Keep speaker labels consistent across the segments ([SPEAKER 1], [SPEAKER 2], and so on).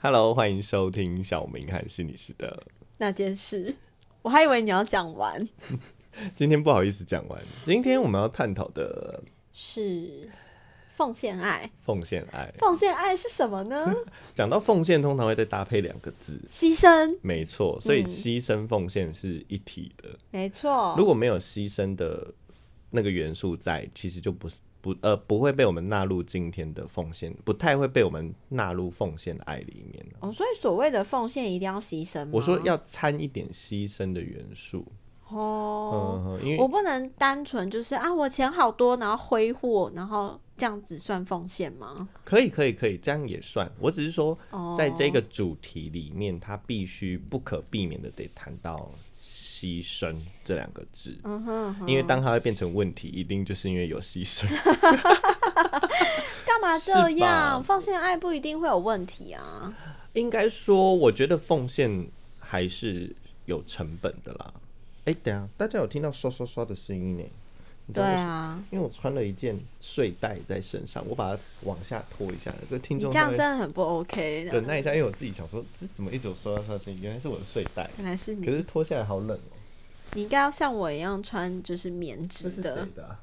[SPEAKER 1] Hello，欢迎收听小明和心理师的。
[SPEAKER 2] 那件事， 我还以为你要讲完。
[SPEAKER 1] 今天不好意思讲完，今天我们要探讨的
[SPEAKER 2] 是奉献爱，
[SPEAKER 1] 奉献爱。
[SPEAKER 2] 奉献爱是什么呢？
[SPEAKER 1] 讲到奉献，通常会再搭配两个字，
[SPEAKER 2] 牺牲，
[SPEAKER 1] 没错。所以
[SPEAKER 2] 嗯
[SPEAKER 1] 牺牲奉献是一体的，
[SPEAKER 2] 没错
[SPEAKER 1] 如。果没有牺牲的那个元素在，其实就不是不呃不会被我们纳入今天的奉献，不太会被我们纳入奉献的爱里面。
[SPEAKER 2] 哦，所以所谓的奉献一定要牺牲吗？
[SPEAKER 1] 我说要掺一点牺牲的元素，
[SPEAKER 2] 哦，
[SPEAKER 1] 嗯哼，因为
[SPEAKER 2] 我不能单纯就是啊，我钱好多，然后挥霍，然后这样子算奉献吗？
[SPEAKER 1] 可以可以可以，这样也算。我只是说，
[SPEAKER 2] 哦，
[SPEAKER 1] 在这个主题里面，它必须不可避免的得谈到牺牲这两个字，
[SPEAKER 2] 嗯哼，嗯哼
[SPEAKER 1] 因为当它会变成问题，一定就是因为有牺牲。
[SPEAKER 2] 干嘛
[SPEAKER 1] 是
[SPEAKER 2] 这
[SPEAKER 1] 吧
[SPEAKER 2] 样？奉献爱不一定会有问题啊。
[SPEAKER 1] 应该说，我觉得奉献还是有成本的啦。哎、等一下，大家有听到刷刷刷的声音呢？你知
[SPEAKER 2] 对
[SPEAKER 1] 道为什么，
[SPEAKER 2] 啊，
[SPEAKER 1] 因为我穿了一件睡袋在身上，我把它往下拖一下，这听
[SPEAKER 2] 你
[SPEAKER 1] 众
[SPEAKER 2] 这样
[SPEAKER 1] 大概
[SPEAKER 2] 真的很不 OK 的。
[SPEAKER 1] 忍耐一下，因为我自己想说，这怎么一直有刷刷刷的声音？原来是我的睡袋，
[SPEAKER 2] 原来是
[SPEAKER 1] 可
[SPEAKER 2] 你，
[SPEAKER 1] 是脱下来好冷哦、
[SPEAKER 2] 你应该要像我一样穿就是棉质
[SPEAKER 1] 这是
[SPEAKER 2] 的
[SPEAKER 1] 谁。的啊、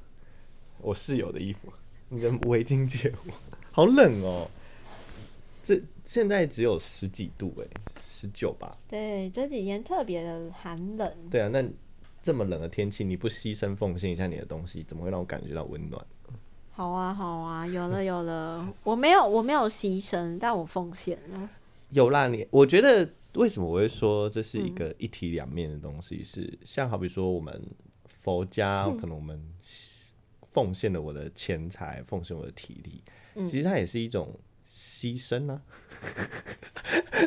[SPEAKER 1] 我室友的衣服，你的围巾借我， 好冷哦、这现在只有十几度哎、十九吧。
[SPEAKER 2] 对，这几天特别的寒冷，
[SPEAKER 1] 对啊，那这么冷的天气，你不牺牲奉献一下你的东西，怎么会让我感觉到温暖？
[SPEAKER 2] 好啊，好啊，有了，有了，我没有，我没有牺牲，但我奉献了。
[SPEAKER 1] 有啦，你我觉得为什么我会说这
[SPEAKER 2] 嗯
[SPEAKER 1] 是一个一体两面的东西是？像好比说我们佛家，
[SPEAKER 2] 嗯
[SPEAKER 1] 可能我们奉献了我的钱财，奉献我的体力，
[SPEAKER 2] 嗯
[SPEAKER 1] 其实它也是一种牺牲啊。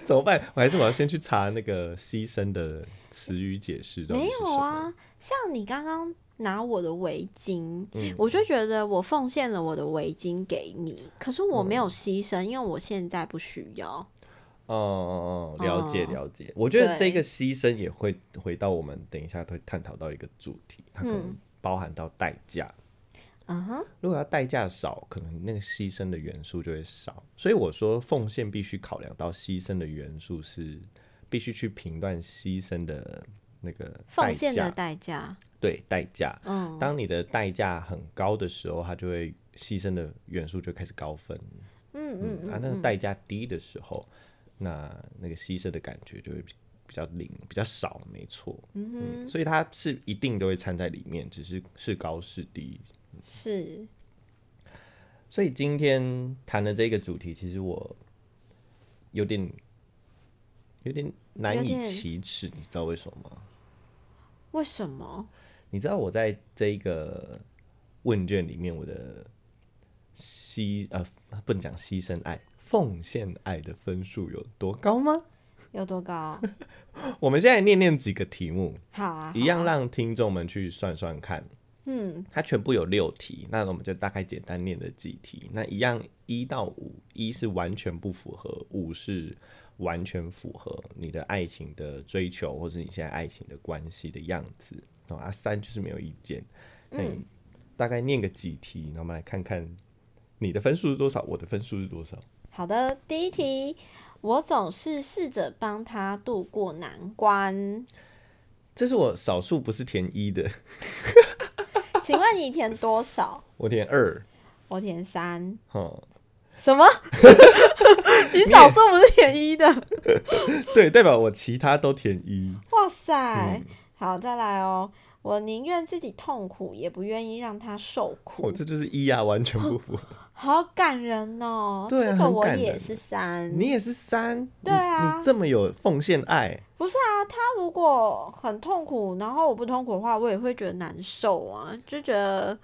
[SPEAKER 1] 怎么办？我还是我要先去查那个牺牲的词语解释。到底
[SPEAKER 2] 没
[SPEAKER 1] 是
[SPEAKER 2] 有
[SPEAKER 1] 什么，
[SPEAKER 2] 啊，像你刚刚拿我的围巾，我就觉得我奉献了我的围巾给你，可是我没有牺牲，因为我现在不需要。
[SPEAKER 1] 哦、哦哦，了解
[SPEAKER 2] 哦
[SPEAKER 1] 了解。我觉得
[SPEAKER 2] 对
[SPEAKER 1] 这个牺牲也会回到我们等一下会探讨到一个主题，它可能包含到代价。
[SPEAKER 2] 嗯哼，
[SPEAKER 1] 如果它代价少，可能那个牺牲的元素就会少。所以我说，奉献必须考量到牺牲的元素是必须去评断牺牲的那个代
[SPEAKER 2] 奉献的
[SPEAKER 1] 价，
[SPEAKER 2] 代价，
[SPEAKER 1] 对代价。
[SPEAKER 2] 嗯，
[SPEAKER 1] 当你的代价很高的时候，它就会牺牲的元素就开始高分。
[SPEAKER 2] 嗯嗯
[SPEAKER 1] 嗯，啊，那个代价低的时候，那那个牺牲的感觉就会比比较零，比较少，没错。嗯所以它是一定都会掺在里面，只是是高是低。
[SPEAKER 2] 嗯是，
[SPEAKER 1] 所以今天谈的这个主题，其实我有点有点难
[SPEAKER 2] 有
[SPEAKER 1] 以
[SPEAKER 2] 点
[SPEAKER 1] 启齿，你知道为什么吗？
[SPEAKER 2] 为什么？
[SPEAKER 1] 你知道我在这一个问卷里面，我的牺呃不能讲牺牲爱，奉献爱的分数有多高吗？
[SPEAKER 2] 有多 高？
[SPEAKER 1] 我们现在念念几个题目，
[SPEAKER 2] 好啊，
[SPEAKER 1] 一样让听众们去算算看。
[SPEAKER 2] 嗯，
[SPEAKER 1] 它全部有六题，那我们就大概简单念了几题。那一样一到五，一是完全不符合，五是完全符合你的爱情的追求，或者你现在爱情的关系的样子。哦、啊，三就是没有意见。
[SPEAKER 2] 嗯
[SPEAKER 1] 那你大概念个几题，然后我们来看看你的分数是多少，我的分数是多少。
[SPEAKER 2] 好的，第一题，我总是试着帮他渡过难关。
[SPEAKER 1] 这是我少数不是填一的，
[SPEAKER 2] 请问你填多少？
[SPEAKER 1] 我填二。哦
[SPEAKER 2] 我填三。
[SPEAKER 1] 哈，
[SPEAKER 2] 什么？ 你少数不是填一的？
[SPEAKER 1] 对，代表我其他都填一。
[SPEAKER 2] 哇塞！好，再来哦。我宁愿自己痛苦，也不愿意让他受
[SPEAKER 1] 哦，
[SPEAKER 2] 苦。
[SPEAKER 1] 这就是一啊，完全不 符。
[SPEAKER 2] 好感人哦。
[SPEAKER 1] 对啊
[SPEAKER 2] 这个
[SPEAKER 1] 很
[SPEAKER 2] 我
[SPEAKER 1] 感
[SPEAKER 2] 也
[SPEAKER 1] 人
[SPEAKER 2] 是三。
[SPEAKER 1] 你也是三，
[SPEAKER 2] 对啊
[SPEAKER 1] 你，你这么有奉献爱，
[SPEAKER 2] 不是啊，他如果很痛苦，然后我不痛苦的话，我也会觉得难受啊，就觉得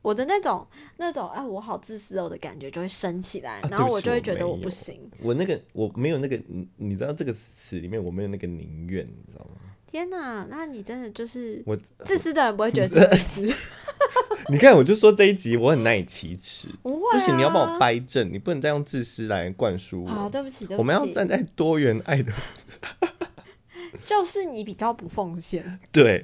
[SPEAKER 2] 我的那种那种哎，我好自私哦的感觉就会升起来，
[SPEAKER 1] 啊
[SPEAKER 2] 然后
[SPEAKER 1] 对不
[SPEAKER 2] 我
[SPEAKER 1] 起
[SPEAKER 2] 就会
[SPEAKER 1] 我
[SPEAKER 2] 觉得
[SPEAKER 1] 没
[SPEAKER 2] 我不
[SPEAKER 1] 有
[SPEAKER 2] 行。
[SPEAKER 1] 我那个我没有那个，你你知道这个词里面我没有那个宁愿，你知道吗？
[SPEAKER 2] 天哪，那你真的就是
[SPEAKER 1] 我
[SPEAKER 2] 自私的人不会觉得自己 自私，
[SPEAKER 1] 你看，我就说这一集我很难以启齿，
[SPEAKER 2] 不会、啊。
[SPEAKER 1] 不行，你要帮我掰正，你不能再用自私来灌输
[SPEAKER 2] 好，
[SPEAKER 1] 我。
[SPEAKER 2] 对不起，对不起，
[SPEAKER 1] 我们要站在多元爱的，
[SPEAKER 2] 就是你比较不奉献，
[SPEAKER 1] 对，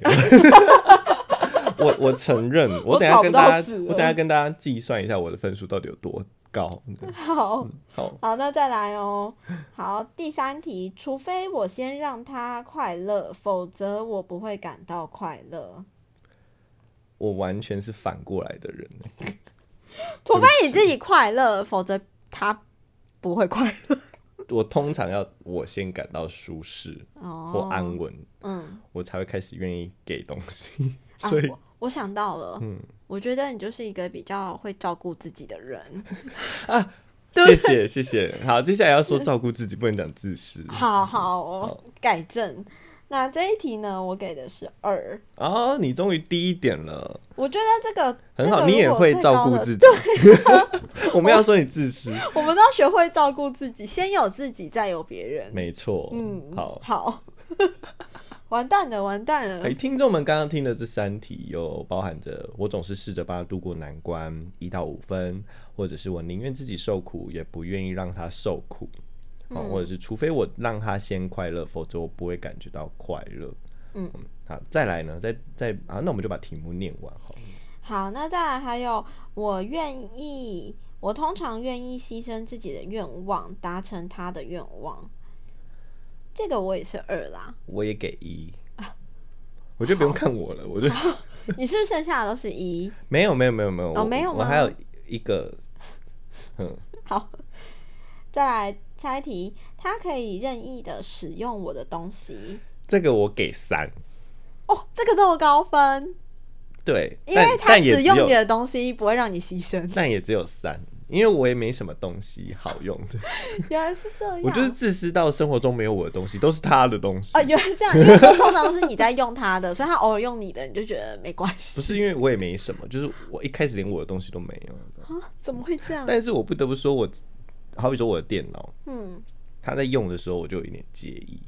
[SPEAKER 1] 我我承认，我等
[SPEAKER 2] 找
[SPEAKER 1] 下
[SPEAKER 2] 不
[SPEAKER 1] 跟
[SPEAKER 2] 到
[SPEAKER 1] 大家，
[SPEAKER 2] 死了
[SPEAKER 1] 我等下跟大家计算一下我的分数到底有多告。
[SPEAKER 2] 好
[SPEAKER 1] 嗯好，
[SPEAKER 2] 好，那再来哦。好，第三题，除非我先让他快乐，否则我不会感到快乐。
[SPEAKER 1] 我完全是反过来的人。
[SPEAKER 2] 除非你自己快乐，否则他不会快乐。
[SPEAKER 1] 我通常要我先感到舒适或
[SPEAKER 2] 哦，
[SPEAKER 1] 安稳，
[SPEAKER 2] 嗯，
[SPEAKER 1] 我才会开始愿意给东西。所以嗯
[SPEAKER 2] 啊、我我想到了，我觉得你就是一个比较会照顾自己的人。
[SPEAKER 1] 谢谢谢谢。好，接下来要说照顾自己，不能讲自私。
[SPEAKER 2] 好好，我
[SPEAKER 1] 好
[SPEAKER 2] 改正。那这一题呢，我给的是二。
[SPEAKER 1] 哦，你终于低一点了，
[SPEAKER 2] 我觉得这个
[SPEAKER 1] 很好，你也会照顾自
[SPEAKER 2] 己。
[SPEAKER 1] 己。 我们要说你自 私，
[SPEAKER 2] 我们都要学会照顾自己，先有自己，再有别人。
[SPEAKER 1] 没错。
[SPEAKER 2] 嗯，
[SPEAKER 1] 好。
[SPEAKER 2] 好，完蛋了，完蛋了
[SPEAKER 1] 哎，。听众们刚刚听的这三题，有包含着我总是试着帮他度过难关，一到五分，或者是我宁愿自己受苦，也不愿意让他受苦，哦，
[SPEAKER 2] 嗯
[SPEAKER 1] 或者是除非我让他先快乐，否则我不会感觉到快乐。
[SPEAKER 2] 嗯，
[SPEAKER 1] 好，再来呢，再再啊，那我们就把题目念完好了。
[SPEAKER 2] 好，那再来还有，我愿意，我通常愿意牺牲自己的愿望，达成他的愿望。这个我也是二啦，
[SPEAKER 1] 我也给 一，我就不用看我了，我就
[SPEAKER 2] 你是不是剩下的都是一？
[SPEAKER 1] 没有没有没有没有，
[SPEAKER 2] 哦
[SPEAKER 1] 我
[SPEAKER 2] 没有
[SPEAKER 1] 我
[SPEAKER 2] 吗
[SPEAKER 1] 还有一个，嗯，
[SPEAKER 2] 好，再来猜题，他可以任意的使用我的东西。
[SPEAKER 1] 这个我给三，
[SPEAKER 2] 哦，这个这么高分，
[SPEAKER 1] 对，
[SPEAKER 2] 因
[SPEAKER 1] 但
[SPEAKER 2] 为他
[SPEAKER 1] 但也
[SPEAKER 2] 使
[SPEAKER 1] 只
[SPEAKER 2] 用
[SPEAKER 1] 有
[SPEAKER 2] 你的东西不会让你牺牲。
[SPEAKER 1] 但也只有三，因为我也没什么东西好用 的，
[SPEAKER 2] 原来是这样，
[SPEAKER 1] 我就是自私到生活中没有我的东西，都是他的东西
[SPEAKER 2] 啊，。原来是这样，因为都通常都是你在用它的，所以它偶尔用你的，你就觉得没关
[SPEAKER 1] 不
[SPEAKER 2] 系。
[SPEAKER 1] 是因为我也没什么，就是我一开始连我的东西都没有。
[SPEAKER 2] 啊，怎么会这样？
[SPEAKER 1] 但是我不得不说我，好比说我的电脑，
[SPEAKER 2] 嗯，
[SPEAKER 1] 它在用的时候我就有一点介意，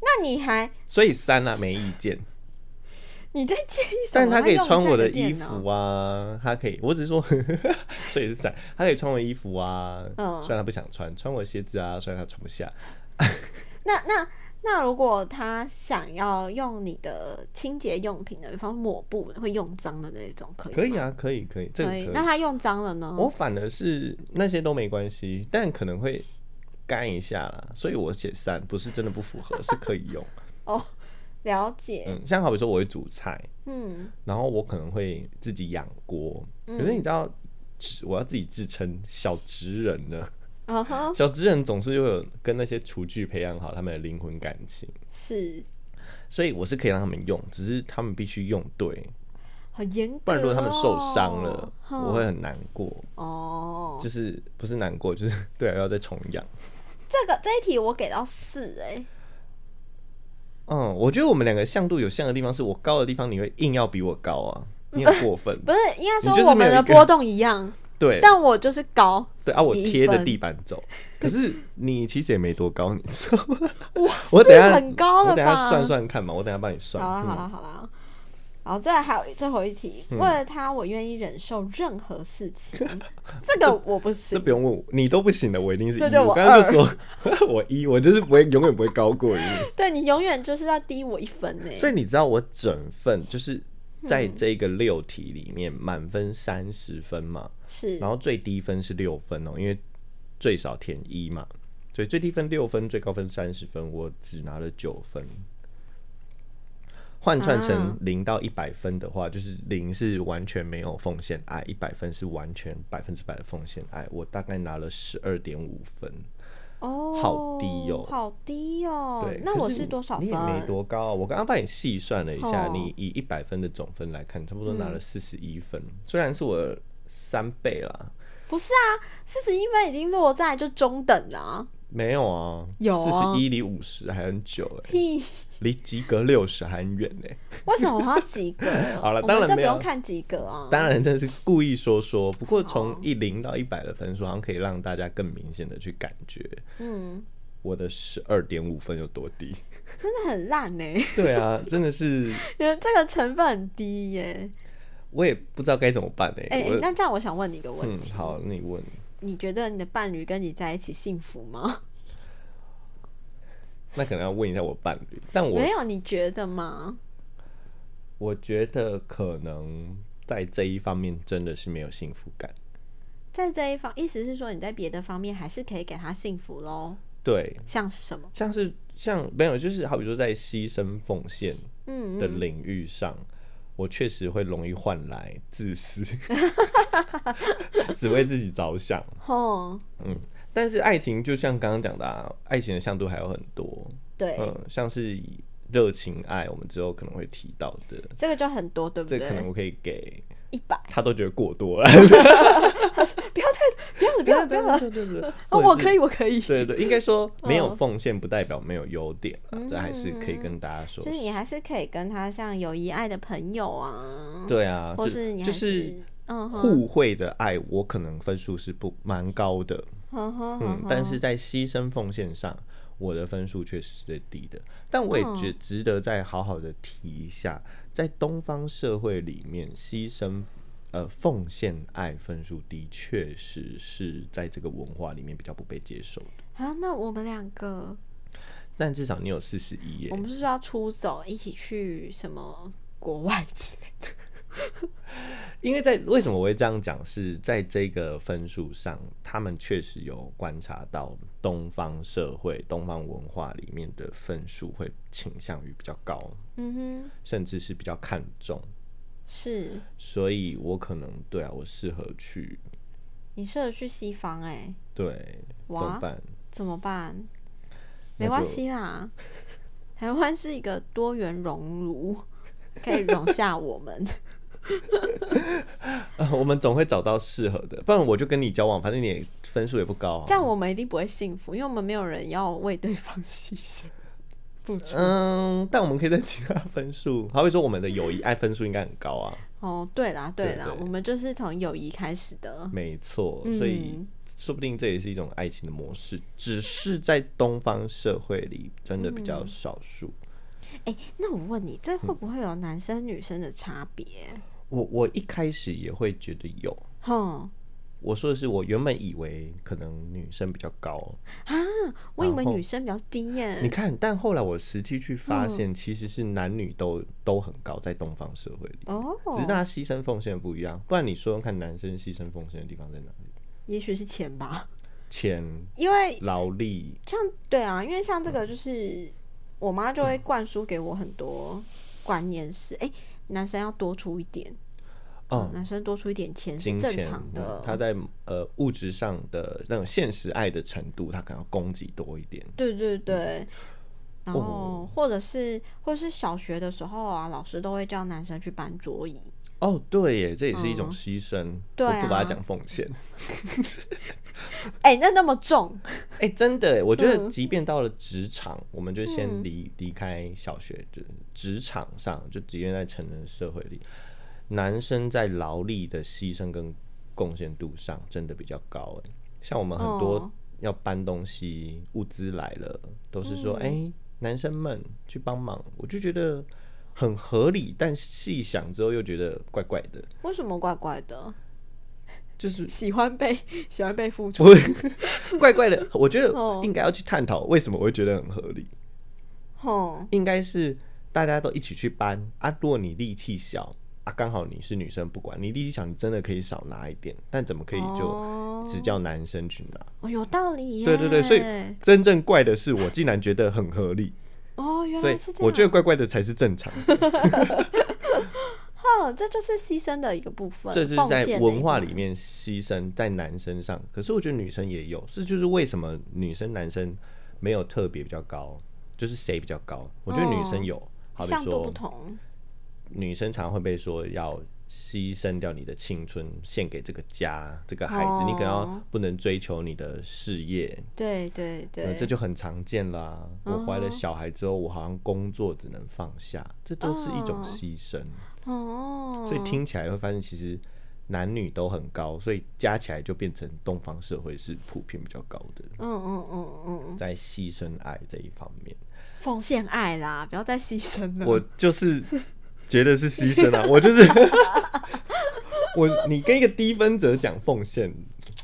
[SPEAKER 2] 那你还
[SPEAKER 1] 所以三啊没意见。
[SPEAKER 2] 你在介意什
[SPEAKER 1] 但
[SPEAKER 2] 么？
[SPEAKER 1] 它可以
[SPEAKER 2] 哦用不
[SPEAKER 1] 穿
[SPEAKER 2] 下
[SPEAKER 1] 我
[SPEAKER 2] 你
[SPEAKER 1] 的
[SPEAKER 2] 的
[SPEAKER 1] 衣
[SPEAKER 2] 电脑
[SPEAKER 1] 服。啊，它可以，我只是说，所以是三，它可以穿我的衣服啊，
[SPEAKER 2] 嗯
[SPEAKER 1] 虽然它不想穿，穿我的鞋子啊，虽然它穿不下，
[SPEAKER 2] 那那那如果他想要用你的清洁用品的，比方抹布会用脏的那种，可以
[SPEAKER 1] 可以
[SPEAKER 2] 吗
[SPEAKER 1] 啊，可以可以，这个
[SPEAKER 2] 可
[SPEAKER 1] 可以哦
[SPEAKER 2] 以。。那他用脏了呢？
[SPEAKER 1] 我反而是那些都没关系，但可能会干一下啦，所以我写三，不是真的不符合，是可以用。
[SPEAKER 2] 哦，了解。
[SPEAKER 1] 嗯，像好比说我会煮菜，
[SPEAKER 2] 嗯
[SPEAKER 1] 然后我可能会自己养锅，可是你知道，职我要自己自称小职人呢，
[SPEAKER 2] 嗯哼，
[SPEAKER 1] 小职人总是会有跟那些厨具培养好他们的灵魂感情，
[SPEAKER 2] 是
[SPEAKER 1] 所以我是可以让他们用，只是他们必须用对，
[SPEAKER 2] 好严格、哦。
[SPEAKER 1] 不然如果他们受伤了，
[SPEAKER 2] 哼
[SPEAKER 1] 我会很难过，
[SPEAKER 2] 哦。
[SPEAKER 1] 就是不是难过，就是 对、啊，要再重养。
[SPEAKER 2] 这个这一题我给到四哎、
[SPEAKER 1] 嗯，我觉得我们两个向度有像的地方，是我高的地方，你会硬要比我高啊， 你很过分。
[SPEAKER 2] 不是应该
[SPEAKER 1] 你就是
[SPEAKER 2] 说我
[SPEAKER 1] 没
[SPEAKER 2] 们
[SPEAKER 1] 有一
[SPEAKER 2] 的
[SPEAKER 1] 个
[SPEAKER 2] 波动一样，
[SPEAKER 1] 对
[SPEAKER 2] 但我就是高，
[SPEAKER 1] 对啊，我
[SPEAKER 2] 你一
[SPEAKER 1] 贴着
[SPEAKER 2] 分
[SPEAKER 1] 地板走，可是你其实也没多高，你知道 吗？
[SPEAKER 2] 哇，
[SPEAKER 1] 我等
[SPEAKER 2] 是
[SPEAKER 1] 下
[SPEAKER 2] 很高了吧？
[SPEAKER 1] 我等下算算看嘛，我等下帮你算。嗯
[SPEAKER 2] 好啊啦好啦好啦，好，再来还有最后一题，为了他我愿意忍受任何事情， 这个我不
[SPEAKER 1] 这
[SPEAKER 2] 行。
[SPEAKER 1] 不用问我，你都不行的，我一定是一。
[SPEAKER 2] 对对
[SPEAKER 1] 我
[SPEAKER 2] 我
[SPEAKER 1] 刚刚就说 我一，我就是不会永远不会高过你。
[SPEAKER 2] 对你永远就是要低我一分欸呢、
[SPEAKER 1] 所以你知道我整份就是在
[SPEAKER 2] 嗯
[SPEAKER 1] 这个六题里面，满分三十分嘛，
[SPEAKER 2] 是
[SPEAKER 1] 然后最低分是六分哦，因为最少填一嘛，所以最低分六分，最高分三十分，我只拿了九分。换算成
[SPEAKER 2] 啊
[SPEAKER 1] 零到一百分的话，就是零是完全没有奉献爱，一百分是完全百分之百的奉献爱。我大概拿了十二点五分，
[SPEAKER 2] 哦，
[SPEAKER 1] 好低哦
[SPEAKER 2] 好低哦。
[SPEAKER 1] 对。
[SPEAKER 2] 那
[SPEAKER 1] 可
[SPEAKER 2] 我
[SPEAKER 1] 是
[SPEAKER 2] 是多少
[SPEAKER 1] 你
[SPEAKER 2] 分？
[SPEAKER 1] 也没多高啊、我刚刚帮你细算了一下，
[SPEAKER 2] 哦嗯
[SPEAKER 1] 你以一百分的总分来看，差不多拿了四十一分，虽然是我的三倍啦，
[SPEAKER 2] 不是啊，四十一分已经落在就中等了、啊。
[SPEAKER 1] 没有啊，
[SPEAKER 2] 有
[SPEAKER 1] 四
[SPEAKER 2] 啊
[SPEAKER 1] 十一离五十还很久哎、
[SPEAKER 2] 屁，
[SPEAKER 1] 离及格六十还很远欸呢。？
[SPEAKER 2] 为什么我要及 格
[SPEAKER 1] 好了
[SPEAKER 2] 我
[SPEAKER 1] 当然
[SPEAKER 2] 们这
[SPEAKER 1] 没
[SPEAKER 2] 不
[SPEAKER 1] 有
[SPEAKER 2] 用看及格啊。
[SPEAKER 1] 当然，这是故意说说，不过从
[SPEAKER 2] 好
[SPEAKER 1] 一零到一百的分数，好像可以让大家更明显的去感觉
[SPEAKER 2] 嗯，
[SPEAKER 1] 我的十二点五分有多 低。
[SPEAKER 2] 真的很烂呢、
[SPEAKER 1] 对啊，真的是
[SPEAKER 2] 这个成分很低耶、
[SPEAKER 1] 我也不知道该怎么办呢。欸
[SPEAKER 2] 哎、哎
[SPEAKER 1] 我
[SPEAKER 2] 那这样我想问你一个问
[SPEAKER 1] 嗯，
[SPEAKER 2] 题、
[SPEAKER 1] 好，那你问，
[SPEAKER 2] 你觉得你的伴侣跟你在一起幸福吗？
[SPEAKER 1] 那可能要问一下我伴侣，但我
[SPEAKER 2] 没有，你觉得吗？
[SPEAKER 1] 我觉得可能在这一方面真的是没有幸福感。
[SPEAKER 2] 在这一方，意思是说你在别的方面还是可以给他幸福喽，
[SPEAKER 1] 对，
[SPEAKER 2] 像是什么？
[SPEAKER 1] 像是像没有，就是好比说在牺牲奉献
[SPEAKER 2] 嗯，
[SPEAKER 1] 的领域上，我确实会容易换来自私， 只为自己着想。
[SPEAKER 2] 哦，
[SPEAKER 1] 但是爱情就像刚刚讲的、啊，爱情的向度还有很多，
[SPEAKER 2] 对，
[SPEAKER 1] 嗯，像是热情爱，我们之后可能会提到的，
[SPEAKER 2] 这个就很多，对不
[SPEAKER 1] 这可
[SPEAKER 2] 对？
[SPEAKER 1] 能我可以给
[SPEAKER 2] 一百，
[SPEAKER 1] 他都觉得过多了，
[SPEAKER 2] 不要了，不要了， 不要了。
[SPEAKER 1] 对对对，
[SPEAKER 2] 哦，
[SPEAKER 1] 或者
[SPEAKER 2] 我
[SPEAKER 1] 是
[SPEAKER 2] 可以，我可以。
[SPEAKER 1] 对对，应该说没有
[SPEAKER 2] 嗯
[SPEAKER 1] 奉献不代表没有优点啊，这还是可以跟大家说
[SPEAKER 2] 就是。你还是可以跟他像友谊爱的朋友啊，
[SPEAKER 1] 对啊，
[SPEAKER 2] 或
[SPEAKER 1] 就是
[SPEAKER 2] 你还
[SPEAKER 1] 就是
[SPEAKER 2] 嗯哼
[SPEAKER 1] 互惠的爱，我可能分数是不蛮高的，
[SPEAKER 2] 哼哼
[SPEAKER 1] 嗯
[SPEAKER 2] 哼，
[SPEAKER 1] 但是在牺牲奉献上，我的分数确实是最低的。但我也觉
[SPEAKER 2] 嗯
[SPEAKER 1] 值得再好好的提一下，在东方社会里面，牺牲呃奉献爱分数的确实是在这个文化里面比较不被接受的。
[SPEAKER 2] 啊，那我们两个，
[SPEAKER 1] 但至少你有四十一耶
[SPEAKER 2] 我，们是说要出走，一起去什么国外之类的？
[SPEAKER 1] 因为在为什么我会这样讲，是在这个分数上，他们确实有观察到东方社会、东方文化里面的分数会倾向于比较高，
[SPEAKER 2] 嗯哼，
[SPEAKER 1] 甚至是比较看重。
[SPEAKER 2] 是
[SPEAKER 1] 所以我可能对啊，我适合去
[SPEAKER 2] 你适合去西方哎、
[SPEAKER 1] 对，怎
[SPEAKER 2] 哇
[SPEAKER 1] 么办？
[SPEAKER 2] 怎么办？
[SPEAKER 1] 那
[SPEAKER 2] 没关
[SPEAKER 1] 就
[SPEAKER 2] 系啦，台湾是一个多元熔炉，可以容下我们。
[SPEAKER 1] 呃我们总会找到适合的，不然我就跟你交往，反正你也分数也不高、啊
[SPEAKER 2] 这。样我们一定不会幸福，因为我们没有人要为对方牺牲付出。
[SPEAKER 1] 嗯，但我们可以在其他分数，好比说我们的友谊爱分数应该很高啊，
[SPEAKER 2] 哦，对啦，对啦，
[SPEAKER 1] 对对
[SPEAKER 2] 我们就是从友谊开始的。
[SPEAKER 1] 没错，
[SPEAKER 2] 嗯
[SPEAKER 1] 所以说不定这也是一种爱情的模式，只是在东方社会里真的比较少数。
[SPEAKER 2] 哎、那我问你，这
[SPEAKER 1] 嗯
[SPEAKER 2] 会不会有男生女生的差别？
[SPEAKER 1] 我我一开始也会觉得有，
[SPEAKER 2] 哼、
[SPEAKER 1] 我说的是我原本以为可能女生比较高，
[SPEAKER 2] 我以为
[SPEAKER 1] 然后
[SPEAKER 2] 女生比较低耶、
[SPEAKER 1] 你看，但后来我实际去发现，其实是男女都都很高，在东方社会里，
[SPEAKER 2] 哦，
[SPEAKER 1] 只是大家牺牲奉献不一样。不然你说说看，男生牺牲奉献的地方在哪里？
[SPEAKER 2] 也许是钱吧，
[SPEAKER 1] 钱、
[SPEAKER 2] 因为
[SPEAKER 1] 劳力，
[SPEAKER 2] 像对啊，因为像这个就是我妈就会灌输给我很多观念是，哎、男生要多出一点，嗯
[SPEAKER 1] 哦，
[SPEAKER 2] 男生多出一点钱是
[SPEAKER 1] 金
[SPEAKER 2] 正
[SPEAKER 1] 钱
[SPEAKER 2] 常，的
[SPEAKER 1] 嗯，他在呃物质上的那种现实爱的程度，他可能要供给多一点。
[SPEAKER 2] 对对对。然
[SPEAKER 1] 嗯
[SPEAKER 2] 后
[SPEAKER 1] 哦，
[SPEAKER 2] 或者是，或是小学的时候啊，老师都会叫男生去搬桌椅，
[SPEAKER 1] 哦，对耶，这也是一种牺牲，
[SPEAKER 2] 哦对啊
[SPEAKER 1] 我不把它讲奉献。
[SPEAKER 2] 哎、那那么重，
[SPEAKER 1] 哎、真的耶，我觉
[SPEAKER 2] 嗯
[SPEAKER 1] 得即便到了职场，我们就先离离开小学，就是职场上，就即便在成人社会里，男生在劳力的牺牲跟贡献度上真的比较高。哎，像我们很
[SPEAKER 2] 哦
[SPEAKER 1] 多要搬东西，物资来了，都是
[SPEAKER 2] 嗯
[SPEAKER 1] 说，哎、男生们去帮忙，我就觉得很合理，但细想之后又觉得怪怪的，
[SPEAKER 2] 为什么怪怪的？
[SPEAKER 1] 就是
[SPEAKER 2] 喜欢被喜欢被付出，
[SPEAKER 1] 我 怪怪的。我觉得
[SPEAKER 2] 哦
[SPEAKER 1] 应该要去探讨为什么我会觉得很合理。
[SPEAKER 2] 吼，
[SPEAKER 1] 应该是大家都一起去搬啊。如果你力气小啊，刚好你是女生，不管你力气小，你真的可以少拿一点，但怎么可以就
[SPEAKER 2] 哦
[SPEAKER 1] 只叫男生去拿？
[SPEAKER 2] 哦有道理耶，
[SPEAKER 1] 对对对，所以真正怪的是我竟然觉得很合理，
[SPEAKER 2] 哦，原
[SPEAKER 1] 所以
[SPEAKER 2] 来是这样，
[SPEAKER 1] 我觉得怪怪的才是正常的。
[SPEAKER 2] 哼，这就是牺牲的一个部分，
[SPEAKER 1] 这是
[SPEAKER 2] 奉
[SPEAKER 1] 在
[SPEAKER 2] 献的一
[SPEAKER 1] 文化
[SPEAKER 2] 部分
[SPEAKER 1] 里面牺牲在男生上，可是我觉得女生也有，这就是为什么女生男生没有特别比较高，就是谁比较高？我觉得女生有，好比
[SPEAKER 2] 向度
[SPEAKER 1] 说
[SPEAKER 2] 哦不同，
[SPEAKER 1] 女生常会被说要牺牲掉你的青春，献给这个家、这个孩子，
[SPEAKER 2] 哦
[SPEAKER 1] 你可能要不能追求你的事业，
[SPEAKER 2] 对对
[SPEAKER 1] 呃
[SPEAKER 2] 对，嗯
[SPEAKER 1] 这就很常见啦、我怀了小孩之后，我好像工作只能放下，这都是一
[SPEAKER 2] 嗯
[SPEAKER 1] 种牺牲。
[SPEAKER 2] 哦，
[SPEAKER 1] 所以听起来会发现，其实男女都很高，所以加起来就变成东方社会是普遍比较高的，
[SPEAKER 2] 嗯嗯嗯嗯嗯，
[SPEAKER 1] 在牺牲爱这一方面。
[SPEAKER 2] 奉献爱啦，不要再牺牲了，
[SPEAKER 1] 我就是觉得是牺牲啊，我就是我，你跟一个低分者讲奉献，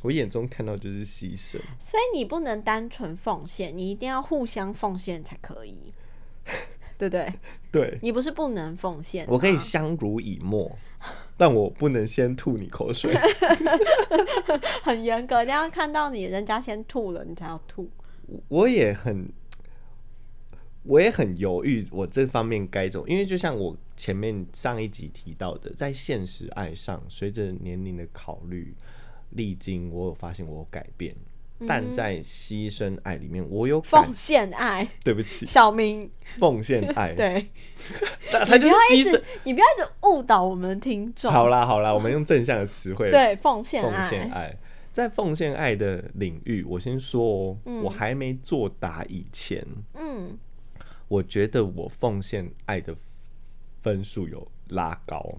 [SPEAKER 1] 我眼中看到就是牺牲。
[SPEAKER 2] 所以你不能单纯奉献，你一定要互相奉献才可以， 对不对？
[SPEAKER 1] 对，
[SPEAKER 2] 你不是不能奉献，
[SPEAKER 1] 我可以相濡以沫，但我不能先吐你口水。
[SPEAKER 2] 很严格，这样看到你人家先吐了，你才要吐。
[SPEAKER 1] 我也很，我也很犹豫，我这方面该怎么？因为就像我前面上一集提到的，在现实爱上，随着年龄的考虑，历经，我有发现我有改变，但在牺牲爱里面，我有改
[SPEAKER 2] 奉。献爱，
[SPEAKER 1] 对不 起，
[SPEAKER 2] 小明，
[SPEAKER 1] 奉献爱，
[SPEAKER 2] 对，
[SPEAKER 1] 但他
[SPEAKER 2] 不
[SPEAKER 1] 就
[SPEAKER 2] 要
[SPEAKER 1] 是
[SPEAKER 2] 一
[SPEAKER 1] 牺牲
[SPEAKER 2] 直。，你不要一直误导我们的听众。
[SPEAKER 1] 好啦好啦，我们用正向的词汇，，
[SPEAKER 2] 对，奉献
[SPEAKER 1] 奉
[SPEAKER 2] 爱，
[SPEAKER 1] 献爱。在奉献爱的领域，我先说哦，我还没作答以前，
[SPEAKER 2] 嗯，
[SPEAKER 1] 我觉得我奉献爱的分数有拉高。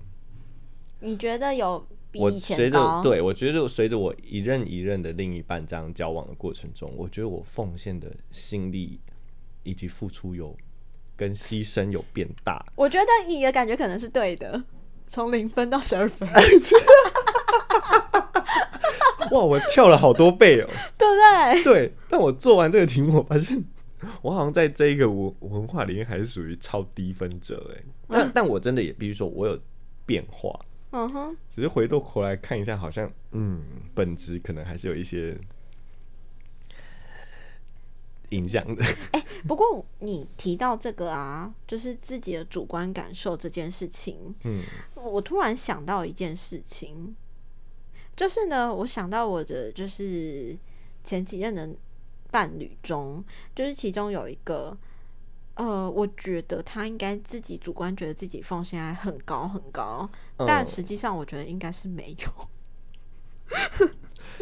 [SPEAKER 2] 你觉得有比
[SPEAKER 1] 我
[SPEAKER 2] 以
[SPEAKER 1] 随
[SPEAKER 2] 前
[SPEAKER 1] 着
[SPEAKER 2] 高？
[SPEAKER 1] 对我觉得随着我一任一任的另一半这样交往的过程中，我觉得我奉献的心力以及付出有跟牺牲有变大。
[SPEAKER 2] 我觉得你的感觉可能是对的，从零分到十二 分，
[SPEAKER 1] 哇，我跳了好多倍哦。
[SPEAKER 2] 对不对？
[SPEAKER 1] 对，但我做完这个题目，我发现我好像在这一个文文化里面还是属于超低分者哎。但但我真的也必须说，我有变化，
[SPEAKER 2] 嗯哼，
[SPEAKER 1] 只是回过头来看一下，好像嗯，本质可能还是有一些影响的。
[SPEAKER 2] 不过你提到这个啊，就是自己的主观感受这件事情，
[SPEAKER 1] 嗯，
[SPEAKER 2] 我突然想到一件事情，就是呢，我想到我的就是前几任的伴侣中，就是其中有一个，呃，我觉得他应该自己主观觉得自己奉献爱很高很高，但
[SPEAKER 1] 嗯
[SPEAKER 2] 实际上我觉得应该是没有。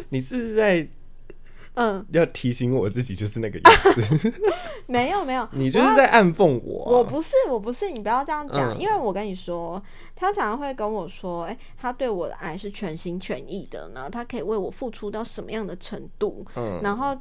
[SPEAKER 1] 你是在
[SPEAKER 2] 嗯，
[SPEAKER 1] 要提醒我自己，就是那个样子，
[SPEAKER 2] 没有没有，
[SPEAKER 1] 你就是在暗讽我啊、
[SPEAKER 2] 我不是，我不是，你不要这样讲，
[SPEAKER 1] 嗯
[SPEAKER 2] 因为我跟你说，他常常会跟我说，哎、他对我的爱是全心全意的，然后他可以为我付出到什么样的程度，
[SPEAKER 1] 嗯
[SPEAKER 2] 然后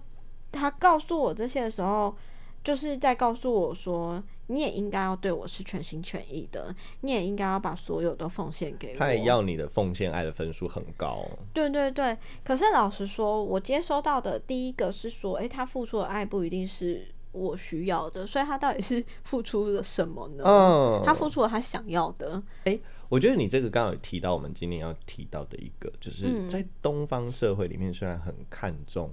[SPEAKER 2] 他告诉我这些的时候，就是在告诉我说，你也应该要对我是全心全意的，你也应该要把所有都奉献给我，
[SPEAKER 1] 他也要你的奉献爱的分数很高，
[SPEAKER 2] 对对对，可是老实说，我接收到的第一个是说，诶，他付出的爱不一定是我需要的，所以他到底是付出了什么呢？
[SPEAKER 1] 嗯
[SPEAKER 2] 他付出了他想要的，
[SPEAKER 1] 我觉得你这个刚好有提到我们今天要提到的一个，就是在东方社会里面，虽然很看重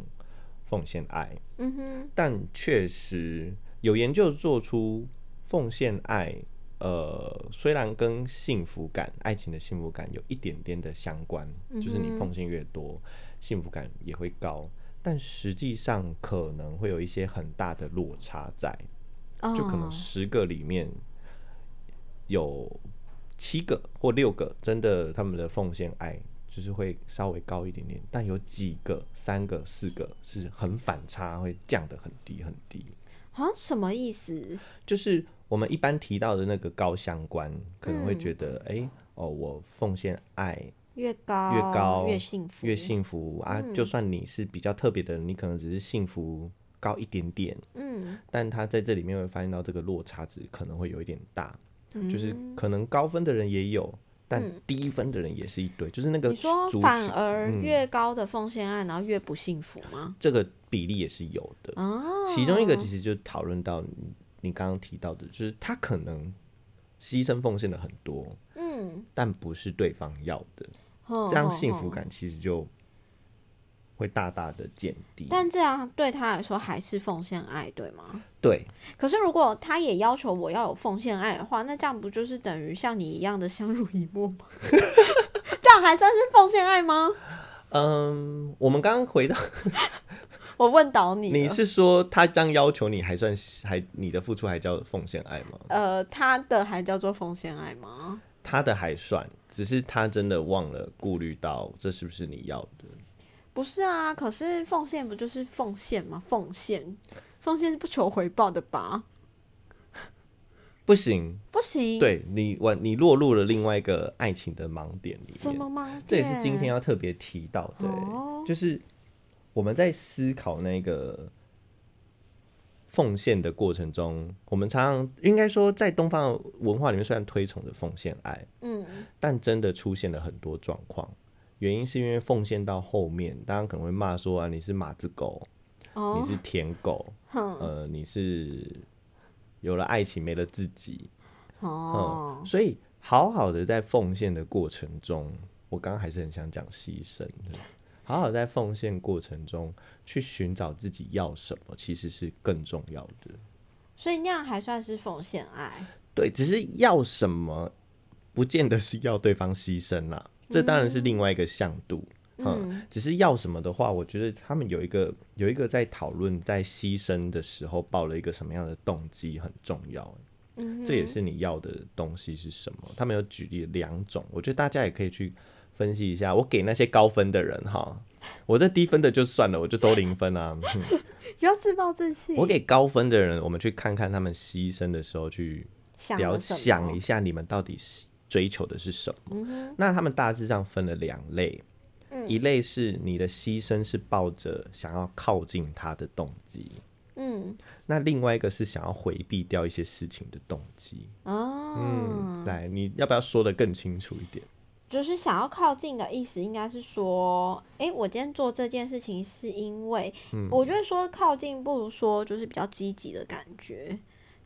[SPEAKER 1] 奉献爱，
[SPEAKER 2] 嗯哼，
[SPEAKER 1] 但确实有研究做出奉献爱，呃，虽然跟幸福感、爱情的幸福感有一点点的相关，就是你奉献越多，幸福感也会高，但实际上可能会有一些很大的落差在。
[SPEAKER 2] 哦
[SPEAKER 1] 就可能十个里面有七个或六个真的他们的奉献爱就是会稍微高一点点，但有几个三个四个是很反差，会降得很低很低。
[SPEAKER 2] 啊什么意思？
[SPEAKER 1] 就是我们一般提到的那个高相关，可能会
[SPEAKER 2] 嗯
[SPEAKER 1] 觉得哎、诶哦，我奉献爱
[SPEAKER 2] 越高
[SPEAKER 1] 越高
[SPEAKER 2] 越幸福，嗯
[SPEAKER 1] 越幸福啊，就算你是比较特别的人，你可能只是幸福高一点点，
[SPEAKER 2] 嗯
[SPEAKER 1] 但他在这里面会发现到这个落差值可能会有一点大，
[SPEAKER 2] 嗯
[SPEAKER 1] 就是可能高分的人也有，但低分的人也是一堆，就是那嗯个
[SPEAKER 2] 你说
[SPEAKER 1] 族
[SPEAKER 2] 反
[SPEAKER 1] 群
[SPEAKER 2] 而越高的奉献爱，然后越不幸福吗？
[SPEAKER 1] 这个比例也是有的。
[SPEAKER 2] 哦，
[SPEAKER 1] 其中一个其实就讨论到你你刚刚提到的，就是他可能牺牲奉献了很多，
[SPEAKER 2] 嗯，哦
[SPEAKER 1] 但不是对方要的，
[SPEAKER 2] 这
[SPEAKER 1] 这样幸福，感其实就会大大的减低。
[SPEAKER 2] 但这样对他来说还是奉献爱，对吗？
[SPEAKER 1] 对，
[SPEAKER 2] 可是如果他也要求我要有奉献爱的话，那这样不就是等于像你一样的相濡以沫 吗？这样还算是奉献爱吗？
[SPEAKER 1] 嗯，我们刚刚回到
[SPEAKER 2] 我问倒你了，
[SPEAKER 1] 你是说他这样要求你还算是还你的付出还叫奉献爱吗？
[SPEAKER 2] 呃，他的还叫做奉献爱吗？
[SPEAKER 1] 他的还算，只是他真的忘了顾虑到这是不是你要的。
[SPEAKER 2] 不是啊，可是奉献不就是奉献吗？奉献，奉献是不求回报的吧？
[SPEAKER 1] 不行，
[SPEAKER 2] 不行，，
[SPEAKER 1] 对你完你落入了另外一个爱情的盲点里
[SPEAKER 2] 什
[SPEAKER 1] 面，
[SPEAKER 2] 么吗？
[SPEAKER 1] 这也是今天要特别提到的、欸
[SPEAKER 2] 哦
[SPEAKER 1] 就是我们在思考那个奉献的过程中，我们常常应该说在东方的文化里面，虽然推崇着奉献爱，
[SPEAKER 2] 嗯，
[SPEAKER 1] 但真的出现了很多状况。原因是因为奉献到后面，大家可能会骂说啊，你是马子狗，你
[SPEAKER 2] 哦，
[SPEAKER 1] 是舔狗，
[SPEAKER 2] 哼，
[SPEAKER 1] 呃，你是有了爱情没了自己，嗯
[SPEAKER 2] 哦，
[SPEAKER 1] 所以好好的在奉献的过程中，我刚刚还是很想讲牺牲的。好好在奉献过程中去寻找自己要什么，其实是更重要的。
[SPEAKER 2] 所以那样还算是奉献爱。
[SPEAKER 1] 对，只是要什么，不见得是要对方牺牲啦，这当然是另外一个向度。嗯，只是要什么的话，我觉得他们有一个有一个在讨论在牺牲的时候抱了一个什么样的动机很重要。
[SPEAKER 2] 嗯
[SPEAKER 1] 这也是你要的东西是什么？他们有举例两种，我觉得大家也可以去分析一下。我给那些高分的人哈，我这低分的就算了，我就都零分啊。
[SPEAKER 2] 不要自暴自弃。
[SPEAKER 1] 我给高分的人，我们去看看他们牺牲的时候去
[SPEAKER 2] 想
[SPEAKER 1] 了
[SPEAKER 2] 了什么嗯
[SPEAKER 1] 想一下，你们到底是追求的是什么？那他们大致上分了两类，一类是你的牺牲是抱着想要靠近他的动机，
[SPEAKER 2] 嗯
[SPEAKER 1] 那另外一个是想要回避掉一些事情的动机。
[SPEAKER 2] 哦，
[SPEAKER 1] 嗯，来，你要不要说的更清楚一点？
[SPEAKER 2] 就是想要靠近的意思，应该是说，诶、我今天做这件事情是因为，
[SPEAKER 1] 嗯
[SPEAKER 2] 我觉得说靠近不如说就是比较积极的感觉，